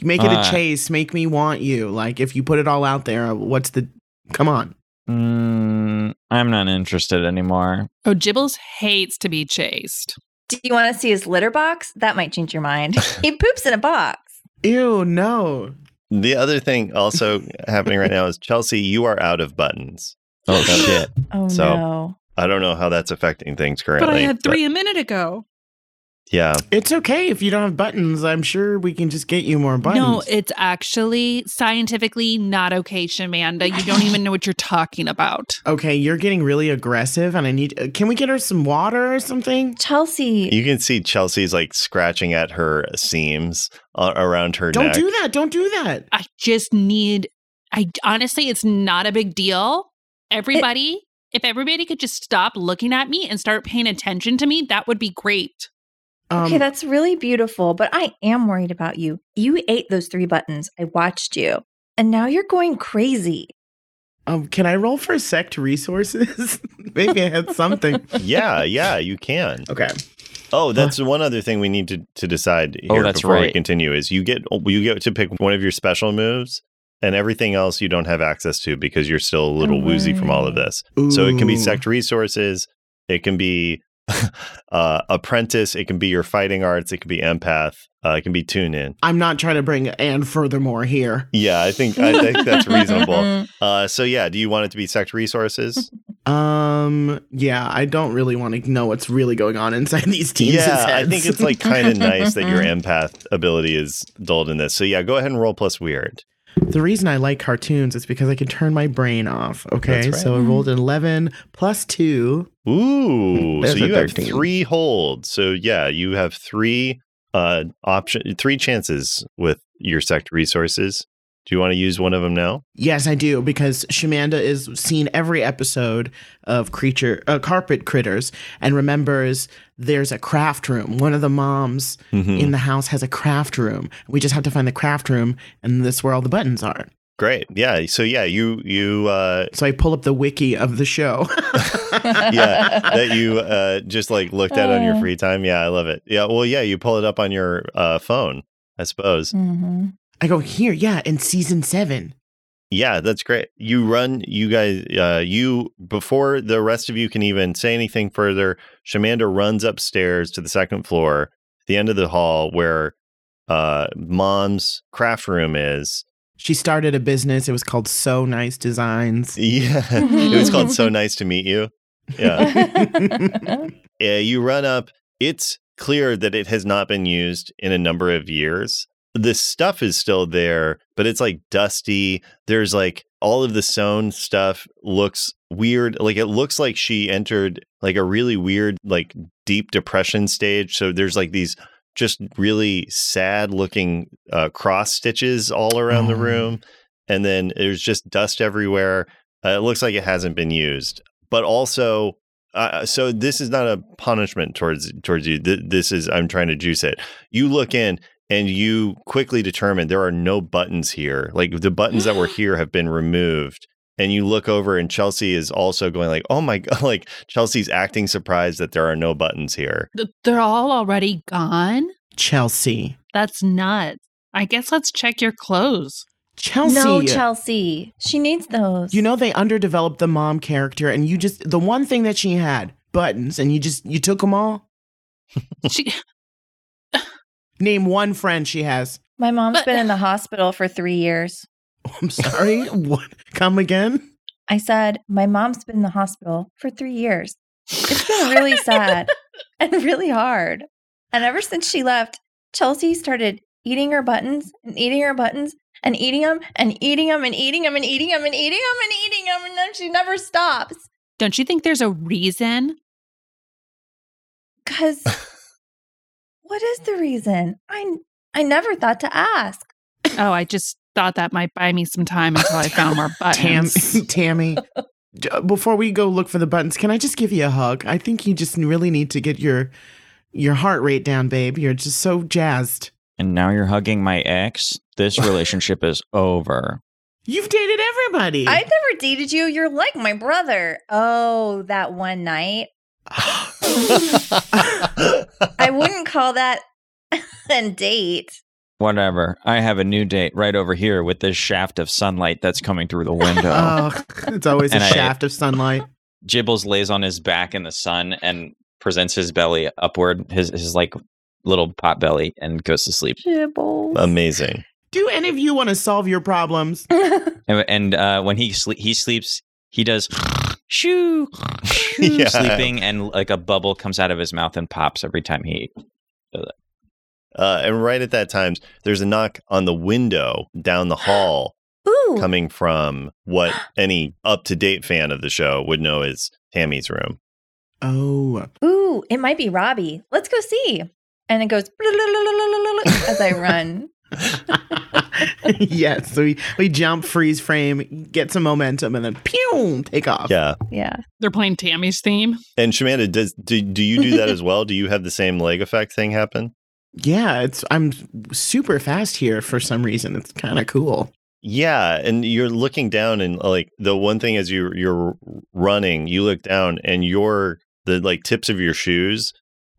Speaker 1: make it a
Speaker 6: Uh.
Speaker 1: chase. Make me want you. Like, if you put it all out there, what's the? Come on.
Speaker 6: Mm, I'm not interested anymore.
Speaker 4: Oh, Jibbles hates to be chased.
Speaker 3: Do you want to see his litter box? That might change your mind. He poops in a box.
Speaker 1: Ew, no.
Speaker 2: The other thing also happening right now is Chelsea, you are out of buttons.
Speaker 6: Oh shit.
Speaker 3: Oh,
Speaker 2: So-
Speaker 3: no.
Speaker 2: I don't know how that's affecting things currently.
Speaker 4: But I had three a minute ago.
Speaker 2: yeah.
Speaker 1: It's okay if you don't have buttons. I'm sure we can just get you more buttons.
Speaker 4: No, it's actually scientifically not okay, Shamanda. You don't even know what you're talking about.
Speaker 1: okay, you're getting really aggressive, and I need. uh, Can we get her some water or something?
Speaker 3: Chelsea.
Speaker 2: You can see Chelsea's like scratching at her seams uh, around her
Speaker 1: Don't
Speaker 2: neck.
Speaker 1: do that. Don't do that.
Speaker 4: I just need I honestly it's not a big deal. Everybody, if everybody could just stop looking at me and start paying attention to me, that would be great.
Speaker 1: Um,
Speaker 2: um,
Speaker 3: okay, that's really beautiful, but I am worried about you. You ate those three buttons. I watched you. And now you're going crazy.
Speaker 1: Um, can I roll for sect resources? Maybe I had something.
Speaker 2: yeah, yeah, you can.
Speaker 1: Okay.
Speaker 2: Oh, that's one other thing we need to, to decide
Speaker 6: Oh,
Speaker 2: here
Speaker 6: that's
Speaker 2: before we
Speaker 6: right.
Speaker 2: continue is you get you get to pick one of your special moves and everything else you don't have access to because you're still a little
Speaker 3: Oh,
Speaker 2: woozy from all of
Speaker 3: right.
Speaker 2: this. So it can be
Speaker 1: Ooh.
Speaker 2: sect resources, it can be uh, apprentice, it can be your fighting arts, it can be empath, uh, it can be tune in.
Speaker 1: I'm not trying to bring and furthermore here.
Speaker 2: Yeah, I think I think that's reasonable.
Speaker 3: Mm-mm.
Speaker 2: Uh, so yeah, do you want it to be sect resources?
Speaker 1: Um, yeah, I don't really want to know what's really going on inside these teams'
Speaker 2: yeah, I
Speaker 1: heads.
Speaker 2: think it's like kind of nice that your empath ability is dulled in this. So yeah, go ahead and roll plus weird.
Speaker 1: the reason I like cartoons is because I can turn my brain off. Okay,
Speaker 2: That's right.
Speaker 1: so I rolled an 11 plus two.
Speaker 2: Ooh, so
Speaker 1: There's a
Speaker 2: you have
Speaker 1: 13.
Speaker 2: three holds. So yeah, you have three uh option three chances with your sect resources. Do you want to use one of them now?
Speaker 1: Yes, I do because Shamanda is seen every episode of Creature uh, Carpet Critters and remembers there's a craft room. One of the moms
Speaker 2: Mhm.
Speaker 1: in the house has a craft room. We just have to find the craft room, and that's where all the buttons are.
Speaker 2: Great. Yeah. So yeah, you you uh
Speaker 1: So I pull up the wiki of the show.
Speaker 2: yeah, that you uh, just like looked at on your
Speaker 3: Uh.
Speaker 2: free time. Yeah, I love it. Yeah, well, yeah, you pull it up on your uh, phone, I suppose.
Speaker 3: Mhm.
Speaker 1: I go here, yeah, in season seven.
Speaker 2: Yeah, that's great. You run, you guys, uh, you before the rest of you can even say anything further. Shamanda runs upstairs to the second floor, the end of the hall where uh, mom's craft room is.
Speaker 1: She started a business. It was called So Nice Designs.
Speaker 2: Yeah, it was called "So Nice to Meet You." Yeah. Yeah, eh, you run up. It's clear that it has not been used in a number of years. The stuff is still there, but it's like dusty. There's like all of the sewn stuff looks weird. Like it looks like she entered like a really weird, like deep depression stage. So there's like these just really sad looking uh, cross stitches all around the
Speaker 1: Oh.
Speaker 2: room. And then there's just dust everywhere. Uh, it looks like it hasn't been used, but also uh, so this is not a punishment towards towards you. Th- this is I'm trying to juice it. You look in and you quickly determine there are no buttons here. Like the buttons that were here have been removed, and you look over and Chelsea is also going like, "Oh my god!" Like Chelsea's acting surprised that there are no buttons here.
Speaker 4: Th- They're all already gone?
Speaker 1: Chelsea.
Speaker 4: That's nuts. I guess let's check your clothes.
Speaker 1: Chelsea.
Speaker 3: No, Chelsea. She needs those.
Speaker 1: You know they underdeveloped the mom character and you just the one thing that she had, buttons, and you just you took them all.
Speaker 4: She,
Speaker 1: Name one friend she has.
Speaker 3: my mom's
Speaker 4: But-
Speaker 3: been in the hospital for three years.
Speaker 1: I'm sorry. what? Come again?
Speaker 3: I said, My mom's been in the hospital for three years. It's been really sad and really hard. And ever since she left, Chelsea started eating her buttons and eating her buttons and eating them and eating them and eating them and eating them and eating them and eating them. And then she never stops
Speaker 4: don't you think there's a reason?
Speaker 3: because what is the reason? I, I never thought to ask.
Speaker 4: Oh, I just thought that might buy me some time until I found more
Speaker 1: Tam-
Speaker 4: buttons.
Speaker 1: Tammy. d- Before we go look for the buttons, can I just give you a hug? I think you just really need to get your your heart rate down, babe. You're just so jazzed.
Speaker 6: And now you're hugging my ex. This relationship is over.
Speaker 1: You've dated everybody.
Speaker 3: I've never dated you. You're like my brother. Oh, that one night. I wouldn't call that an date.
Speaker 6: Whatever. I have a new date right over here with this shaft of sunlight that's coming through the window.
Speaker 1: oh, it's always a
Speaker 6: And I-
Speaker 1: shaft of sunlight.
Speaker 6: Gibbles lays on his back in the sun and presents his belly upward, his his like little pot belly, and goes to sleep.
Speaker 3: Jibbles.
Speaker 2: Amazing.
Speaker 1: Do any of you want to solve your problems?
Speaker 6: And, and uh, when he sle- he sleeps, he does shoo, shoo
Speaker 2: Yeah.
Speaker 6: sleeping, and like a bubble comes out of his mouth and pops every time he.
Speaker 2: Uh, and right at that time, there's a knock on the window down the hall
Speaker 3: Ooh,
Speaker 2: coming from what any up to date fan of the show would know is Tammy's room.
Speaker 1: Oh,
Speaker 3: ooh, it might be Robbie. Let's go see. And it goes as I run.
Speaker 1: yes. So we, we jump, freeze frame, get some momentum, and then pew, take off.
Speaker 2: Yeah.
Speaker 3: Yeah.
Speaker 4: They're playing Tammy's theme.
Speaker 2: And Shamanda, does do, do you do that as well? Do you have the same leg effect thing happen?
Speaker 1: Yeah, it's I'm super fast here for some reason. It's kind of cool.
Speaker 2: Yeah, and you're looking down, and like the one thing as you you're running, you look down, and your the like tips of your shoes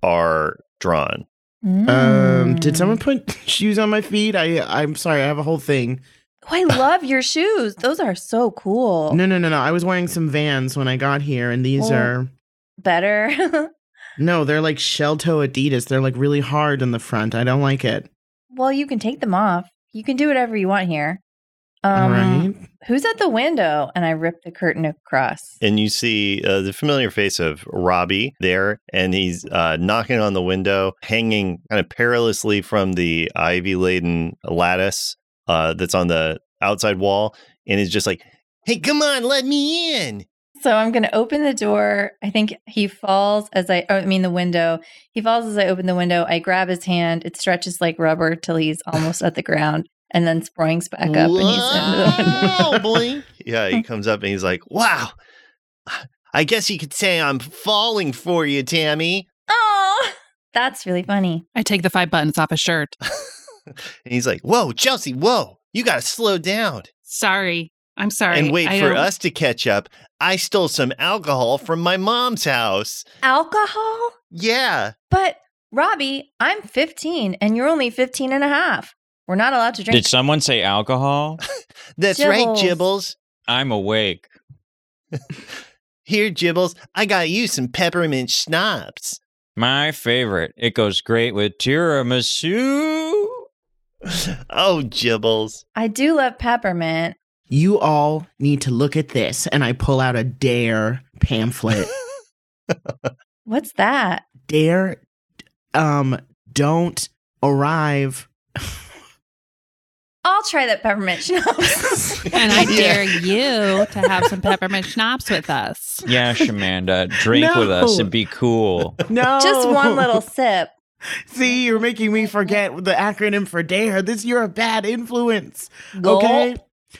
Speaker 2: are drawn.
Speaker 1: Um,
Speaker 3: Mm.
Speaker 1: did someone put shoes on my feet? I I'm sorry. I have a whole thing.
Speaker 3: Oh, I love your shoes. Those are so cool.
Speaker 1: No, no, no, no. I was wearing some Vans when I got here, and these
Speaker 3: Oh.
Speaker 1: are
Speaker 3: Better.
Speaker 1: no, they're like shell toe Adidas. They're like really hard in the front. I don't like it.
Speaker 3: well, you can take them off. You can do whatever you want here.
Speaker 1: All
Speaker 3: Um,
Speaker 1: right.
Speaker 3: Who's at the window? And I rip the curtain across.
Speaker 2: And you see uh, the familiar face of Robbie there, and he's uh, knocking on the window, hanging kind of perilously from the ivy laden lattice uh, that's on the outside wall, and is just like, "Hey, come on, let me in."
Speaker 3: So I'm going to open the door. I think he falls as I, oh, I mean, the window. He falls as I open the window. I grab his hand. It stretches like rubber till he's almost at the ground and then springs back up and he's under the window.
Speaker 2: Wow, boy. Yeah, he comes up and he's like, "Wow, I guess you could say I'm falling for you, Tammy."
Speaker 3: Oh, that's really funny.
Speaker 4: I take the five buttons off a shirt.
Speaker 2: and he's like, "Whoa, Chelsea, whoa, you got to slow down
Speaker 4: Sorry. I'm sorry.
Speaker 2: and wait
Speaker 4: I
Speaker 2: for
Speaker 4: don't-
Speaker 2: us to catch up. I stole some alcohol from my mom's house.
Speaker 3: Alcohol?
Speaker 2: Yeah,
Speaker 3: But Robbie, I'm 15 and you're only 15 and a half. We're not allowed to drink.
Speaker 6: Did someone say alcohol?
Speaker 2: that's right,
Speaker 3: Jibbles.
Speaker 2: Jibbles.
Speaker 6: I'm awake.
Speaker 2: Here, Jibbles, I got you some peppermint schnapps."
Speaker 6: My favorite. It goes great with tiramisu.
Speaker 2: oh, Jibbles.
Speaker 3: I do love peppermint.
Speaker 1: You all need to look at this, and I pull out a dare pamphlet.
Speaker 3: What's that?
Speaker 1: dare, um, don't arrive.
Speaker 3: I'll try that peppermint schnapps.
Speaker 4: And I
Speaker 2: Yeah.
Speaker 4: dare you to have some peppermint schnapps with us.
Speaker 6: Yeah, Shamanda, drink with us
Speaker 1: No.
Speaker 6: and be cool.
Speaker 1: No,
Speaker 3: Just one
Speaker 2: Oh.
Speaker 3: little sip.
Speaker 1: See, you're making me forget the acronym for dare. This you're a bad influence.
Speaker 3: Gulp.
Speaker 1: Okay.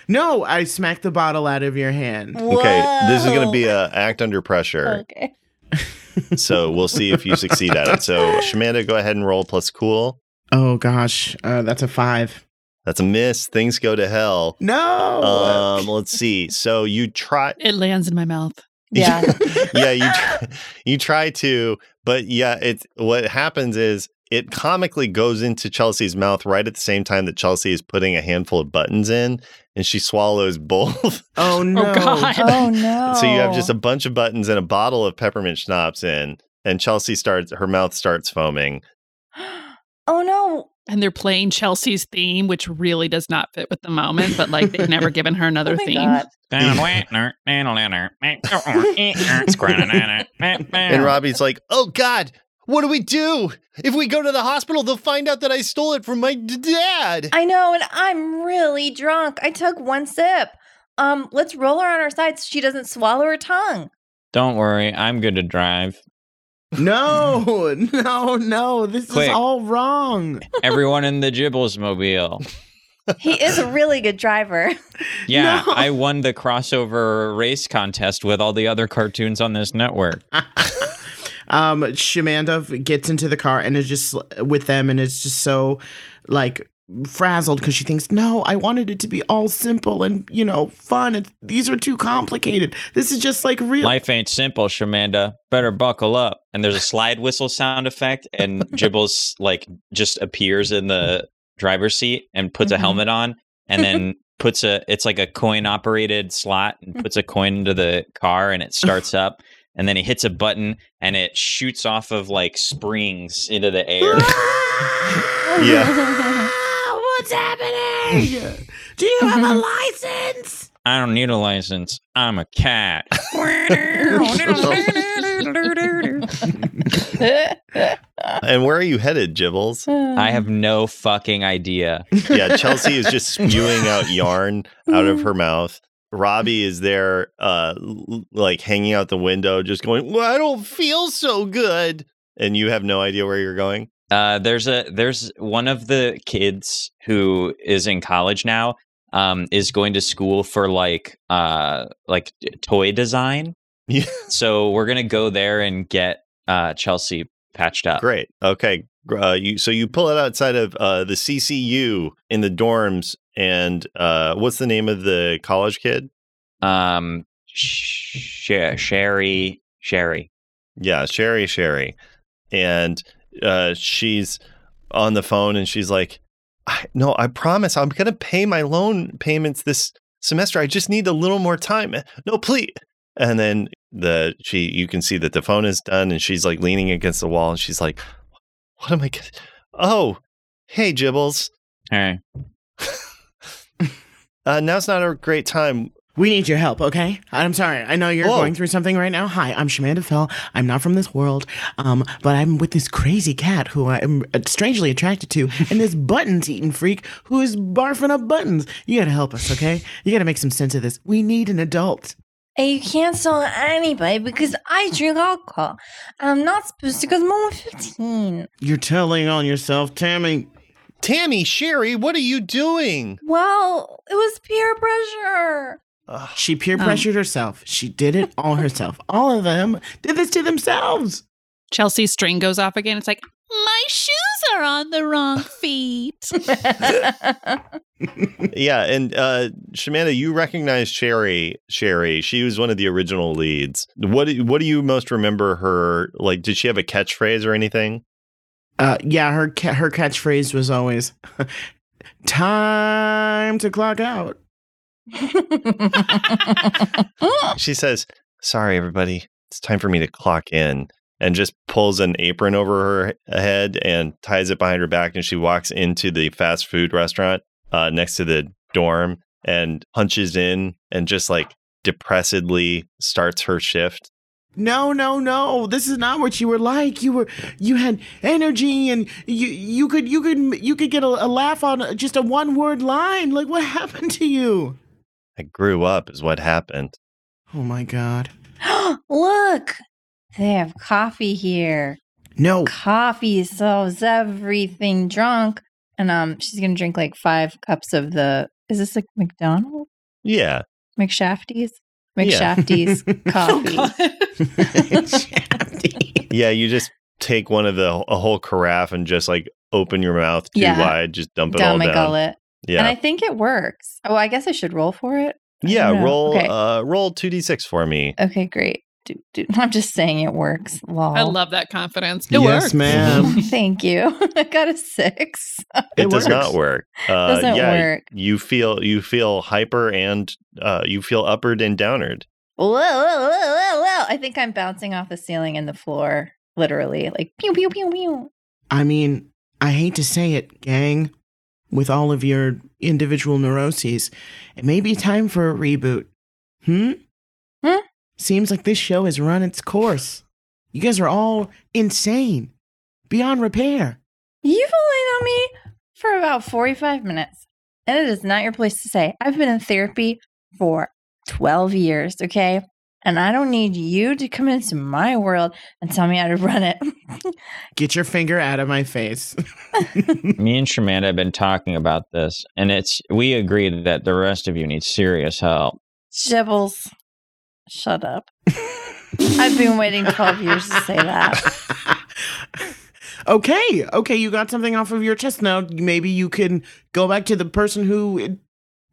Speaker 1: No, I smacked the bottle out of your hand.
Speaker 2: Okay, this is going to
Speaker 3: Whoa.
Speaker 2: be a act under pressure.
Speaker 3: Okay.
Speaker 1: Oh.
Speaker 2: So we'll see if you succeed at it. So Shamanda, go ahead and roll plus cool.
Speaker 1: Oh gosh, uh, that's a five.
Speaker 2: That's a miss. Things go to hell.
Speaker 1: No.
Speaker 2: Um, let's see. So you try.
Speaker 4: It lands in my mouth.
Speaker 3: Yeah.
Speaker 2: yeah, you tr- you try to, but yeah, it what happens is it comically goes into Chelsea's mouth right at the same time that Chelsea is putting a handful of buttons in, and she swallows both.
Speaker 1: oh no.
Speaker 4: God.
Speaker 3: oh no.
Speaker 2: so you have just a bunch of buttons and a bottle of peppermint schnapps in, and Chelsea starts her mouth starts foaming.
Speaker 3: Oh no.
Speaker 4: And they're playing Chelsea's theme, which really does not fit with the moment, but like they've never given her another
Speaker 3: oh my
Speaker 4: theme.
Speaker 3: God.
Speaker 2: And
Speaker 6: And
Speaker 2: Robbie's like, "Oh God." What do we do? If we go to the hospital, they'll find out that I stole it from my d- dad.
Speaker 3: I know, and I'm really drunk. I took one sip. Um, let's roll her on her side so she doesn't swallow her tongue.
Speaker 6: Don't worry, I'm good to drive.
Speaker 1: No, no, no. This
Speaker 6: Quick.
Speaker 1: is all wrong.
Speaker 6: Everyone in the Gibbles mobile.
Speaker 3: He is a really good driver.
Speaker 6: Yeah,
Speaker 1: No.
Speaker 6: I won the crossover race contest with all the other cartoons on this network.
Speaker 1: um, Shemanda gets into the car and is just with them, and is just so like frazzled because she thinks, "No, I wanted it to be all simple and you know fun, and these are too complicated. This is just like real."
Speaker 6: Life ain't simple, Shamanda. Better buckle up. And there's a slide whistle sound effect, and Gibbles like just appears in the driver's seat and puts a
Speaker 3: Mhm.
Speaker 6: helmet on, and then puts a it's like a coin operated slot and puts a coin into the car, and it starts up. And then he hits a button, and it shoots off of like springs into the air.
Speaker 2: Yeah.
Speaker 1: What's happening? Do you have a license?
Speaker 6: I don't need a license. I'm a cat.
Speaker 2: and where are you headed, Gibbles?
Speaker 6: I have no fucking idea.
Speaker 2: yeah, Chelsea is just spewing out yarn out of her mouth. Robbie is there, uh, l- like hanging out the window, just going, well, I don't feel so good. And you have no idea where you're going.
Speaker 6: Uh, there's a there's one of the kids who is in college now. Um, is going to school for like uh like t- toy design.
Speaker 2: Yeah.
Speaker 6: So we're gonna go there and get uh Chelsea patched up.
Speaker 2: Great. Okay. Gr- Uh, you so you pull it outside of uh, the CCU in the dorms, and uh, what's the name of the college kid?
Speaker 6: Um, sh- Sherry, Sherry.
Speaker 2: Yeah, Sherry. Sherry, and uh, she's on the phone, and she's like, I, "No, I promise, I'm gonna pay my loan payments this semester. I just need a little more time. No, please." And then the she, you can see that the phone is done, and she's like leaning against the wall, and she's like, "What am I? Gonna, oh, hey, Gibbles."
Speaker 6: All right.
Speaker 2: Uh, now's not a great time.
Speaker 1: We need your help, okay? I'm sorry. I know you're
Speaker 2: Whoa.
Speaker 1: going through something right now. Hi, I'm Shamanda Fell. I'm not from this world, um, but I'm with this crazy cat who I'm strangely attracted to, and this buttons eating freak who is barfing up buttons. You gotta help us, okay? You gotta make some sense of this. We need an adult.
Speaker 3: And you can't sell it anyway because I drink alcohol. I'm not supposed to because I'm only 15.
Speaker 1: You're telling on yourself, Tammy.
Speaker 2: Tammy, Sherry, what are you doing?
Speaker 3: Well, it was peer pressure.
Speaker 2: Ugh.
Speaker 1: She peer
Speaker 4: Um.
Speaker 1: pressured herself. She did it all herself. All of them did this to themselves.
Speaker 4: Chelsea's string goes off again. It's like, my shoes are on the wrong feet.
Speaker 2: yeah, and uh, Shamanda, you recognize Sherry. Sherry, she was one of the original leads. What do, What do you most remember her like? Did she have a catchphrase or anything?
Speaker 1: Uh, yeah, her ca- her catchphrase was always, "Time to clock out."
Speaker 2: She says, "Sorry, everybody, it's time for me to clock in." And just pulls an apron over her head and ties it behind her back, and she walks into the fast food restaurant uh, next to the dorm and hunches in and just like depressedly starts her shift.
Speaker 1: No, no, no. This is not what you were like. You were you had energy and you you could you could you could get a, a laugh on just a one word line. Like what happened to you?
Speaker 2: I grew up is what happened.
Speaker 1: Oh my god.
Speaker 3: Look, they have coffee here.
Speaker 2: Oh.
Speaker 1: No.
Speaker 3: Coffee solves everything drunk. And um, she's going to drink like five cups of the, is this like McDonald's?
Speaker 2: Yeah. Yeah.
Speaker 3: McShafties?
Speaker 2: Oh,
Speaker 3: McShafties coffee.
Speaker 2: Yeah, you just take one of the a whole carafe and just like open your mouth too
Speaker 3: Yeah.
Speaker 2: wide, just dump it
Speaker 3: down
Speaker 2: all
Speaker 3: my
Speaker 2: down.
Speaker 3: gullet. And I
Speaker 2: Yeah.
Speaker 3: think it works. Oh, I guess I should roll for it. don't
Speaker 2: Yeah.
Speaker 3: know.
Speaker 2: Roll
Speaker 3: Okay.
Speaker 2: uh roll two D six for me.
Speaker 3: Okay, great. Do, do, I'm just saying it works. Lol.
Speaker 8: I love that confidence. It
Speaker 1: yes,
Speaker 8: works.
Speaker 1: ma'am.
Speaker 2: Um,
Speaker 3: Thank you. I got a six.
Speaker 2: It,
Speaker 1: It works.
Speaker 2: does not work. Uh
Speaker 3: Doesn't
Speaker 2: yeah,
Speaker 3: work.
Speaker 2: you feel you feel hyper and uh you feel upward and downward.
Speaker 3: Whoa, whoa, whoa, whoa, whoa. I think I'm bouncing off the ceiling and the floor, literally. Like, pew, pew, pew, pew.
Speaker 1: I mean, I hate to say it, gang, with all of your individual neuroses, it may be time for a reboot. Hmm?
Speaker 3: Hmm?
Speaker 1: Seems like this show has run its course. You guys are all insane, beyond repair.
Speaker 3: You've only known me for about 45 minutes. And it is not your place to say. I've been in therapy for 12 years, okay? And I don't need you to come into my world and tell me how to run it.
Speaker 1: Get your finger out of my face.
Speaker 6: Me and Shamanda have been talking about this, and it's we agree that the rest of you need serious help.
Speaker 3: Jibbles, shut up. I've been waiting 12 years to say that.
Speaker 1: okay, okay, you got something off of your chest now. Maybe you can go back to the person who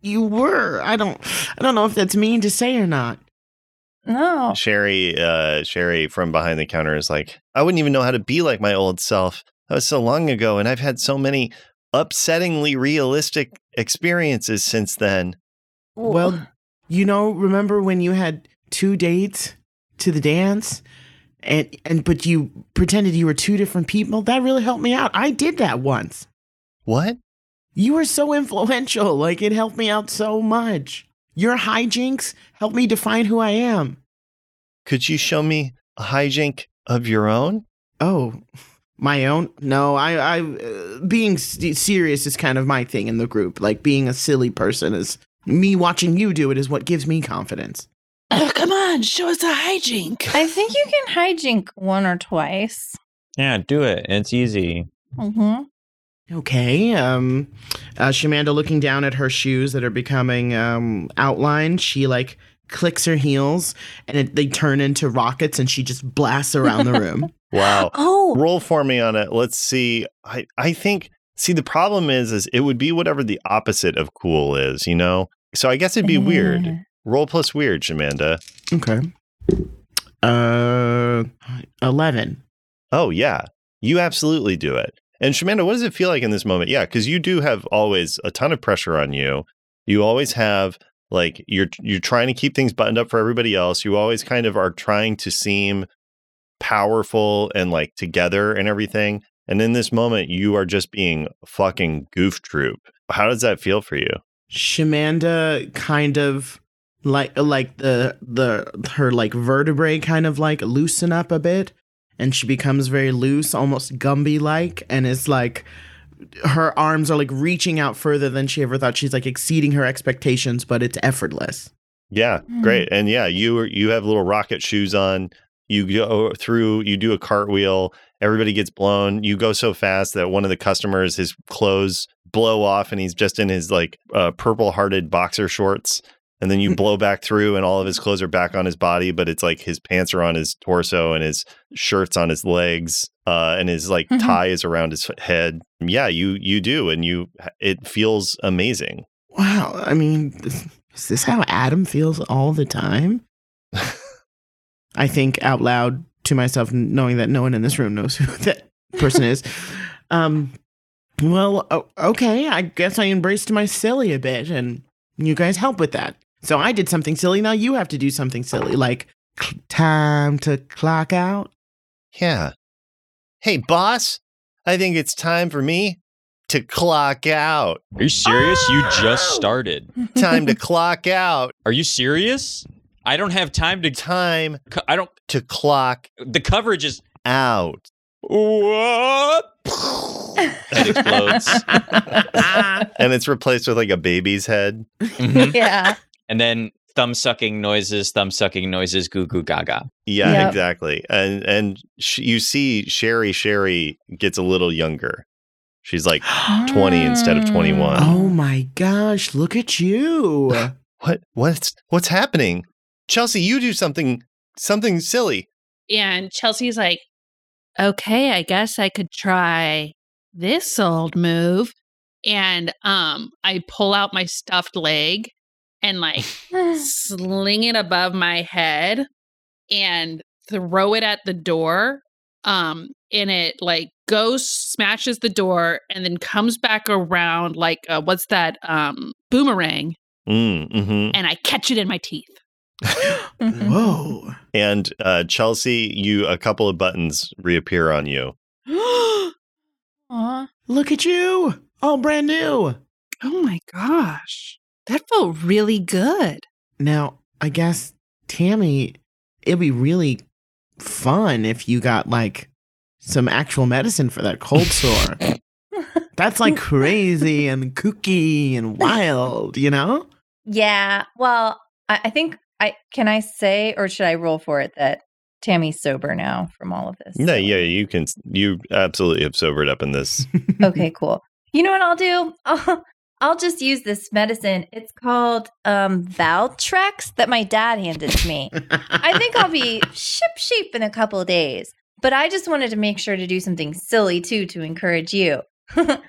Speaker 1: you were. I don't I don't know if that's mean to say or not.
Speaker 3: No.
Speaker 2: Sherry, uh, Sherry from behind the counter is like, I wouldn't even know how to be like my old self. That was so long ago, and I've had so many upsettingly realistic experiences since then.
Speaker 1: Well, you know, remember when you had two dates to the dance and and but you pretended you were two different people? That really helped me out. I did that once.
Speaker 2: What?
Speaker 1: You were so influential. Like it helped me out so much. Your hijinks helped me define who I am.
Speaker 2: Could you show me a hijink of your own?
Speaker 1: Oh, my own? No, I I uh, being s- serious is kind of my thing in the group. Like being a silly person is me watching you do it is what gives me confidence.
Speaker 4: Oh, come on, show us a hijink.
Speaker 3: I think you can hijink one or twice.
Speaker 6: Yeah, do it. It's easy.
Speaker 3: Mm-hmm.
Speaker 1: Okay. Um, uh, Shamanda looking down at her shoes that are becoming um, outlined. She like clicks her heels, and it, they turn into rockets, and she just blasts around the room.
Speaker 2: Wow.
Speaker 3: Oh,
Speaker 2: Roll for me on it. Let's see. I, I think, see, the problem is, is it would be whatever the opposite of cool is, you know? So I guess it'd be
Speaker 3: Mm.
Speaker 2: weird. Roll plus weird, Shamanda.
Speaker 1: Okay. Uh, eleven.
Speaker 2: Oh, yeah. You absolutely do it. And Shamanda, what does it feel like in this moment? Yeah, because you do have always a ton of pressure on you. You always have like you're you're trying to keep things buttoned up for everybody else. You always kind of are trying to seem powerful and like together and everything. And in this moment, you are just being fucking goof troop. How does that feel for you?
Speaker 1: Shamanda kind of like like the the her like vertebrae kind of like loosen up a bit and she becomes very loose, almost Gumby like, and it's like her arms are like reaching out further than she ever thought. She's like exceeding her expectations, but it's effortless.
Speaker 2: Yeah,
Speaker 3: Mm.
Speaker 2: great. And yeah, you you have little rocket shoes on. You go through, you do a cartwheel, everybody gets blown. You go so fast that one of the customers his clothes blow off and he's just in his like uh, purple-hearted boxer shorts. And then you blow back through and all of his clothes are back on his body, but it's like his pants are on his torso and his shirts on his legs uh, and his like
Speaker 3: Mhm.
Speaker 2: tie is around his head. Yeah, you you do and you it feels amazing.
Speaker 1: Wow, I mean, this, is this how Adam feels all the time? I think out loud to myself, knowing that no one in this room knows who that person is. Um, well, o- okay, I guess I embraced my silly a bit, and you guys help with that. So I did something silly. Now you have to do something silly, like cl- time to clock out.
Speaker 2: Yeah. Hey, boss, I think it's time for me to clock out.
Speaker 6: Are you serious? You
Speaker 2: Oh!
Speaker 6: just started.
Speaker 2: Time to clock out.
Speaker 6: Are you serious? I don't have time to.
Speaker 2: Time
Speaker 6: co- I don't.
Speaker 2: to clock
Speaker 6: The coverage is.
Speaker 2: out.
Speaker 6: What? Head explodes.
Speaker 2: And it's replaced with like a baby's head.
Speaker 6: Mhm.
Speaker 3: yeah.
Speaker 6: And then thumb sucking noises, thumb sucking noises, goo goo gaga.
Speaker 2: Yeah,
Speaker 3: Yep.
Speaker 2: exactly. And and sh- you see Sherry Sherry gets a little younger. She's like 20 instead of 21.
Speaker 1: Oh my gosh, look at you.
Speaker 2: what what's what's happening? Chelsea, you do something something silly.
Speaker 8: And Chelsea's like,
Speaker 4: Okay, I guess I could try this old move.
Speaker 8: and um I pull out my stuffed leg and like
Speaker 4: Oh
Speaker 8: sling it above my head and throw it at the door. Um, and it like goes, smashes the door, and then comes back around like uh, what's that um boomerang?
Speaker 2: Mm, mhm.
Speaker 8: And I catch it in my teeth.
Speaker 1: Oh.
Speaker 3: Mhm.
Speaker 1: Whoa.
Speaker 2: And uh, Chelsea, you a couple of buttons reappear on you.
Speaker 8: Oh
Speaker 3: Aw.
Speaker 1: Look at you. All brand new.
Speaker 8: Oh my gosh, that felt really good.
Speaker 1: Now, I guess, Tammy, it'd be really fun if you got like some actual medicine for that cold sore. That's like crazy and kooky and wild, you know?
Speaker 3: Yeah. Well, I, I think I can I say or should I roll for it that Tammy's sober now from all of this?
Speaker 2: No, yeah, you can. You absolutely have sobered up in this.
Speaker 3: Okay, cool. You know what I'll do? I'll, I'll just use this medicine. It's called um Valtrex that my dad handed to me. I think I'll be ship sheep in a couple of days. But I just wanted to make sure to do something silly too to encourage you. How about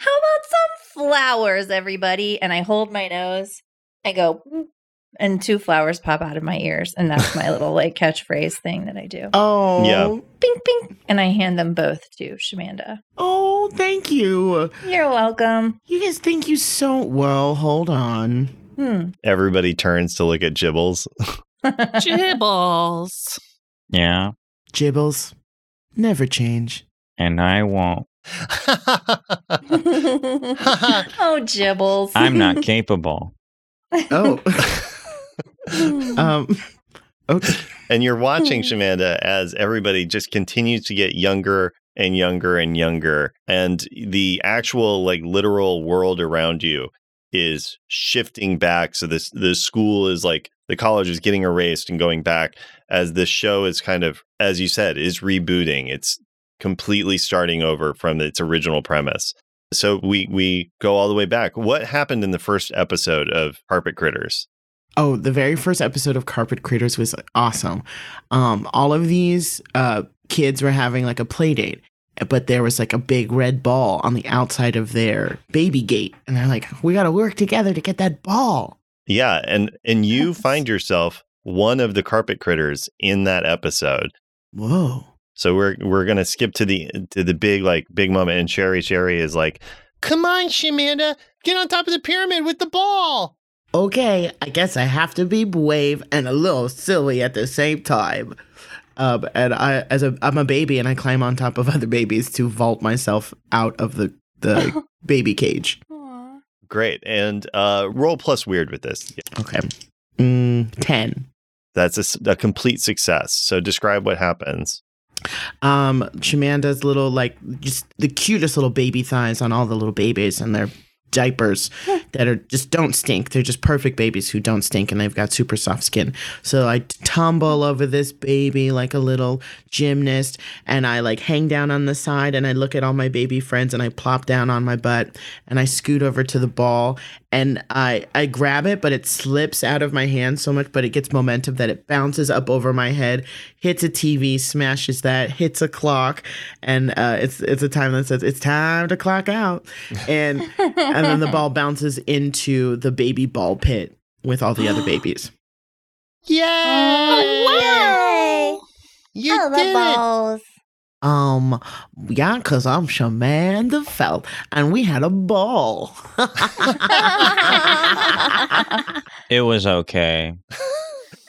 Speaker 3: some flowers, everybody? And I hold my nose. I go, "Mm," and two flowers pop out of my ears, and that's my little like catchphrase thing that I do.
Speaker 1: Oh.
Speaker 2: Yeah.
Speaker 3: Bing, bing, and I hand them both to Shamanda.
Speaker 1: Oh, thank you.
Speaker 3: You're welcome.
Speaker 1: You guys think you so well, hold on.
Speaker 3: Hmm.
Speaker 2: Everybody turns to look at Gibbles.
Speaker 8: Jibbles.
Speaker 6: Yeah,
Speaker 1: Jibbles. Never change.
Speaker 6: and I won't.
Speaker 3: oh, Jibbles.
Speaker 6: I'm not capable.
Speaker 1: Oh. um okay.
Speaker 2: and you're watching Shamanda as everybody just continues to get younger and younger and younger, and the actual like literal world around you is shifting back. So this the school is like the college is getting erased and going back as this show is kind of as you said is rebooting. It's completely starting over from its original premise. So we we go all the way back. What happened in the first episode of Carpet Critters?
Speaker 1: Oh, the very first episode of Carpet Creators was awesome. Um, all of these uh, kids were having like a play date, but there was like a big red ball on the outside of their baby gate. And they're like, we got to work together to get that ball.
Speaker 2: Yeah, and and you
Speaker 3: Yes.
Speaker 2: find yourself one of the carpet critters in that episode.
Speaker 1: Whoa.
Speaker 2: So we're we're gonna skip to the to the big like big moment, and Sherry Sherry is like, "Come on, Shamanda, get on top of the pyramid with the ball."
Speaker 1: Okay, I guess I have to be brave and a little silly at the same time. Um, and I, as a, I'm a baby, and I climb on top of other babies to vault myself out of the the baby cage.
Speaker 3: Aw.
Speaker 2: Great, and uh, roll plus weird with this. Yeah.
Speaker 1: Okay, mm, ten.
Speaker 2: That's a, s- a complete success. So describe what happens.
Speaker 1: um Shamanda's little like just the cutest little baby thighs on all the little babies and their diapers that are just don't stink. They're just perfect babies who don't stink and they've got super soft skin. So I tumble over this baby like a little gymnast and I like hang down on the side and I look at all my baby friends and I plop down on my butt and I scoot over to the ball and I I grab it but it slips out of my hand so much but it gets momentum that it bounces up over my head, hits a TV, smashes that, hits a clock and uh, it's it's a time that says it's time to clock out and and then the ball bounces into the baby ball pit with all the other babies.
Speaker 8: Oh, wow.
Speaker 2: You
Speaker 3: I love balls.
Speaker 1: Um, yeah, cause I'm Shamanda Felt, and we had a ball.
Speaker 3: Oh,
Speaker 6: It was okay.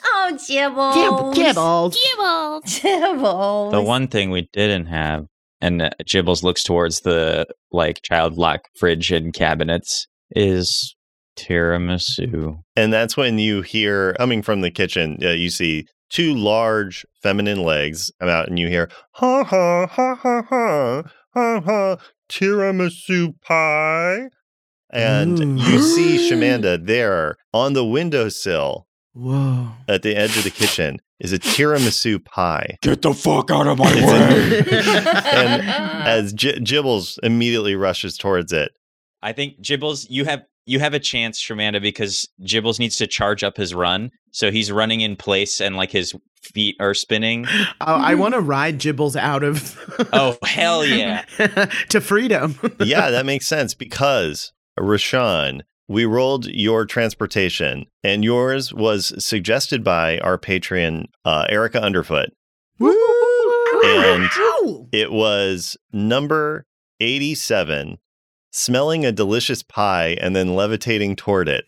Speaker 3: oh, Jibbles.
Speaker 1: Gib- Gibbles.
Speaker 8: Jibbles.
Speaker 3: Jibbles.
Speaker 6: The one thing we didn't have, and uh, Jibbles looks towards the like child lock fridge and cabinets, is tiramisu.
Speaker 2: And that's when you hear coming from the kitchen, uh, you see two large feminine legs come out, and you hear ha ha ha ha ha ha ha tiramisu pie. And
Speaker 1: Ooh.
Speaker 2: you see Shamanda there on the windowsill
Speaker 1: Whoa.
Speaker 2: at the edge of the kitchen is a tiramisu pie.
Speaker 9: Get the fuck out of my
Speaker 2: It's
Speaker 9: way.
Speaker 2: As J- Jibbles immediately rushes towards it,
Speaker 6: I think Jibbles, you have you have a chance, Shamanda, because Jibbles needs to charge up his run. So he's running in place and like his feet are spinning.
Speaker 1: I, I want to ride Gibbles out of.
Speaker 6: Oh, hell yeah.
Speaker 1: to freedom.
Speaker 2: yeah, that makes sense because Rashawn, we rolled your transportation, and yours was suggested by our Patreon uh, Erica Underfoot.
Speaker 1: Woo!
Speaker 2: And-
Speaker 1: Ow!
Speaker 2: It was number eighty-seven, smelling a delicious pie and then levitating toward it.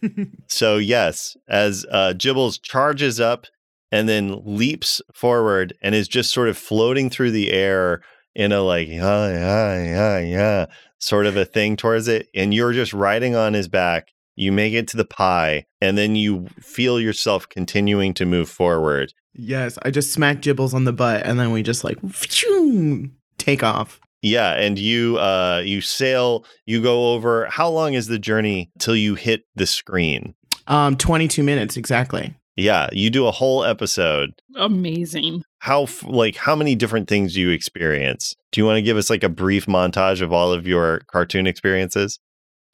Speaker 2: so yes, as uh, Gibbles charges up and then leaps forward and is just sort of floating through the air in a like yeah yeah yeah yeah sort of a thing towards it, and you're just riding on his back. You make it to the pie, and then you feel yourself continuing to move forward.
Speaker 1: Yes, I just smack Gibbles on the butt, and then we just like phew, take off.
Speaker 2: Yeah, and you uh you sail, you go over how long is the journey till you hit the screen?
Speaker 1: Um, twenty-two minutes exactly.
Speaker 2: Yeah, you do a whole episode.
Speaker 8: Amazing.
Speaker 2: How f- like how many different things do you experience? Do you want to give us like a brief montage of all of your cartoon experiences?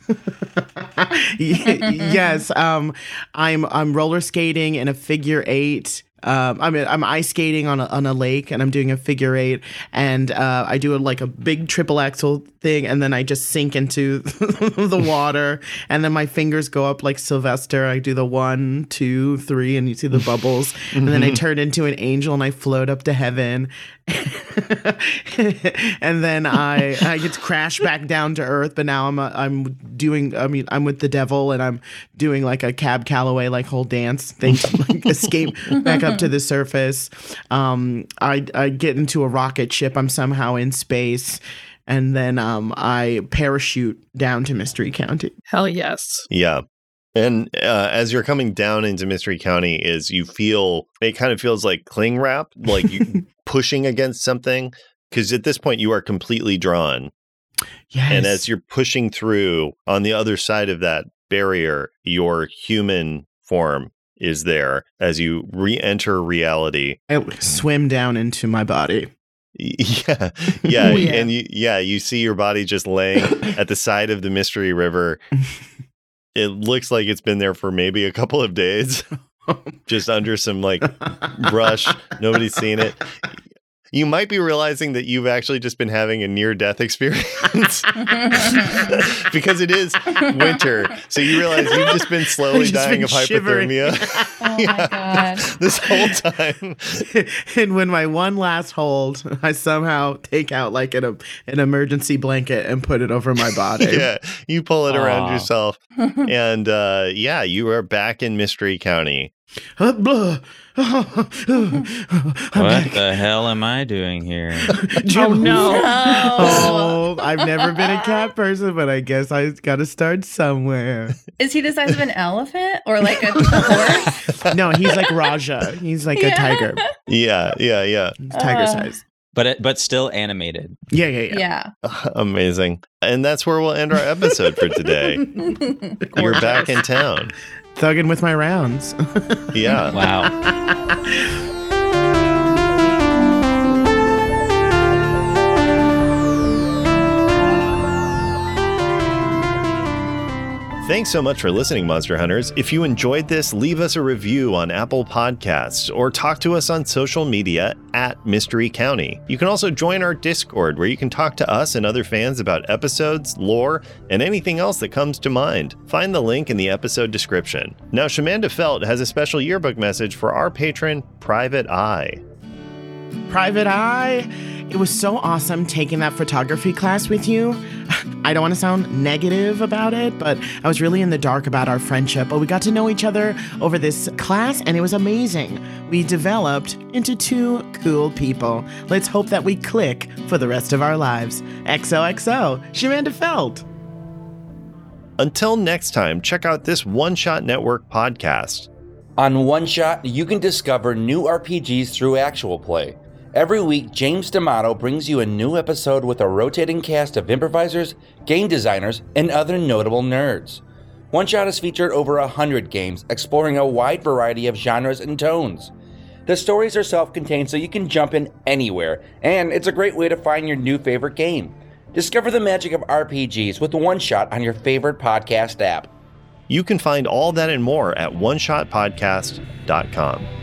Speaker 1: Y- yes, um, I'm I'm roller skating in a figure eight. Um, I'm I'm ice skating on a, on a lake, and I'm doing a figure eight, and uh, I do a, like a big triple axel thing, and then I just sink into the water, and then my fingers go up like Sylvester. I do the one, two, three, and you see the bubbles, and then I turn into an angel and I float up to heaven, and then I I get to crash back down to earth. But now I'm a, I'm doing I mean I'm with the devil and I'm doing like a Cab Calloway like whole dance thing to like escape back up to the surface. Um, I I get into a rocket ship. I'm somehow in space, and then um I parachute down to Mystery County.
Speaker 8: Hell yes.
Speaker 2: Yeah. And uh, as you're coming down into Mystery County, is you feel it kind of feels like cling wrap, like you pushing against something, because at this point you are completely drawn.
Speaker 1: Yes.
Speaker 2: And as you're pushing through on the other side of that barrier, your human form is there as you re enter reality.
Speaker 1: I swim down into my body.
Speaker 2: Yeah. Yeah.
Speaker 8: Yeah.
Speaker 2: And you, yeah, you see your body just laying at the side of the Mystery River. It looks like it's been there for maybe a couple of days, just under some like brush. Nobody's seen it. You might be realizing that you've actually just been having a near death experience because it is winter. So you realize you've just been slowly
Speaker 1: Just
Speaker 2: dying
Speaker 1: been
Speaker 2: of hypothermia.
Speaker 3: Oh
Speaker 2: Yeah.
Speaker 3: my
Speaker 2: This whole time,
Speaker 1: and when my one last hold, I somehow take out like an an emergency blanket and put it over my body.
Speaker 2: yeah, you pull it around
Speaker 6: Aw.
Speaker 2: yourself,
Speaker 3: god.
Speaker 2: and uh, yeah, you are back in Mystery County.
Speaker 1: Uh, blah. I'm
Speaker 6: what
Speaker 1: back.
Speaker 6: the hell am I doing here?
Speaker 8: Oh
Speaker 1: Jim-
Speaker 8: no.
Speaker 1: Oh, I've never been a cat person, but I guess I got to start somewhere.
Speaker 3: Is he the size of an elephant or like a horse?
Speaker 1: No, he's like Raja. He's like a
Speaker 3: Yeah.
Speaker 1: tiger,
Speaker 2: Yeah, yeah, yeah.
Speaker 1: He's tiger
Speaker 3: Uh.
Speaker 1: size.
Speaker 6: But it, but still animated.
Speaker 1: Yeah, yeah, yeah.
Speaker 3: Yeah.
Speaker 2: Amazing. And that's where we'll end our episode for today. You're back in town.
Speaker 1: Thugging with my rounds.
Speaker 2: Yeah.
Speaker 6: Wow.
Speaker 2: Thanks so much for listening, Monster Hunters. If you enjoyed this, leave us a review on Apple Podcasts or talk to us on social media at Mystery County. You can also join our Discord where you can talk to us and other fans about episodes, lore, and anything else that comes to mind. Find the link in the episode description. Now, Shamanda Felt has a special yearbook message for our patron, Private Eye.
Speaker 1: Private Eye. It was so awesome taking that photography class with you. I don't want to sound negative about it, but I was really in the dark about our friendship. But we got to know each other over this class, and it was amazing. We developed into two cool people. Let's hope that we click for the rest of our lives. XOXO, Shamanda Feld.
Speaker 2: Until next time, check out this One Shot Network podcast.
Speaker 9: On One Shot, you can discover new RPGs through actual play. Every week, James D'Amato brings you a new episode with a rotating cast of improvisers, game designers, and other notable nerds. One Shot has featured over 100 games, exploring a wide variety of genres and tones. The stories are self contained, so you can jump in anywhere, and it's a great way to find your new favorite game. Discover the magic of RPGs with One Shot on your favorite podcast app.
Speaker 2: You can find all that and more at oneshotpodcast.com.
Speaker 3: Oh,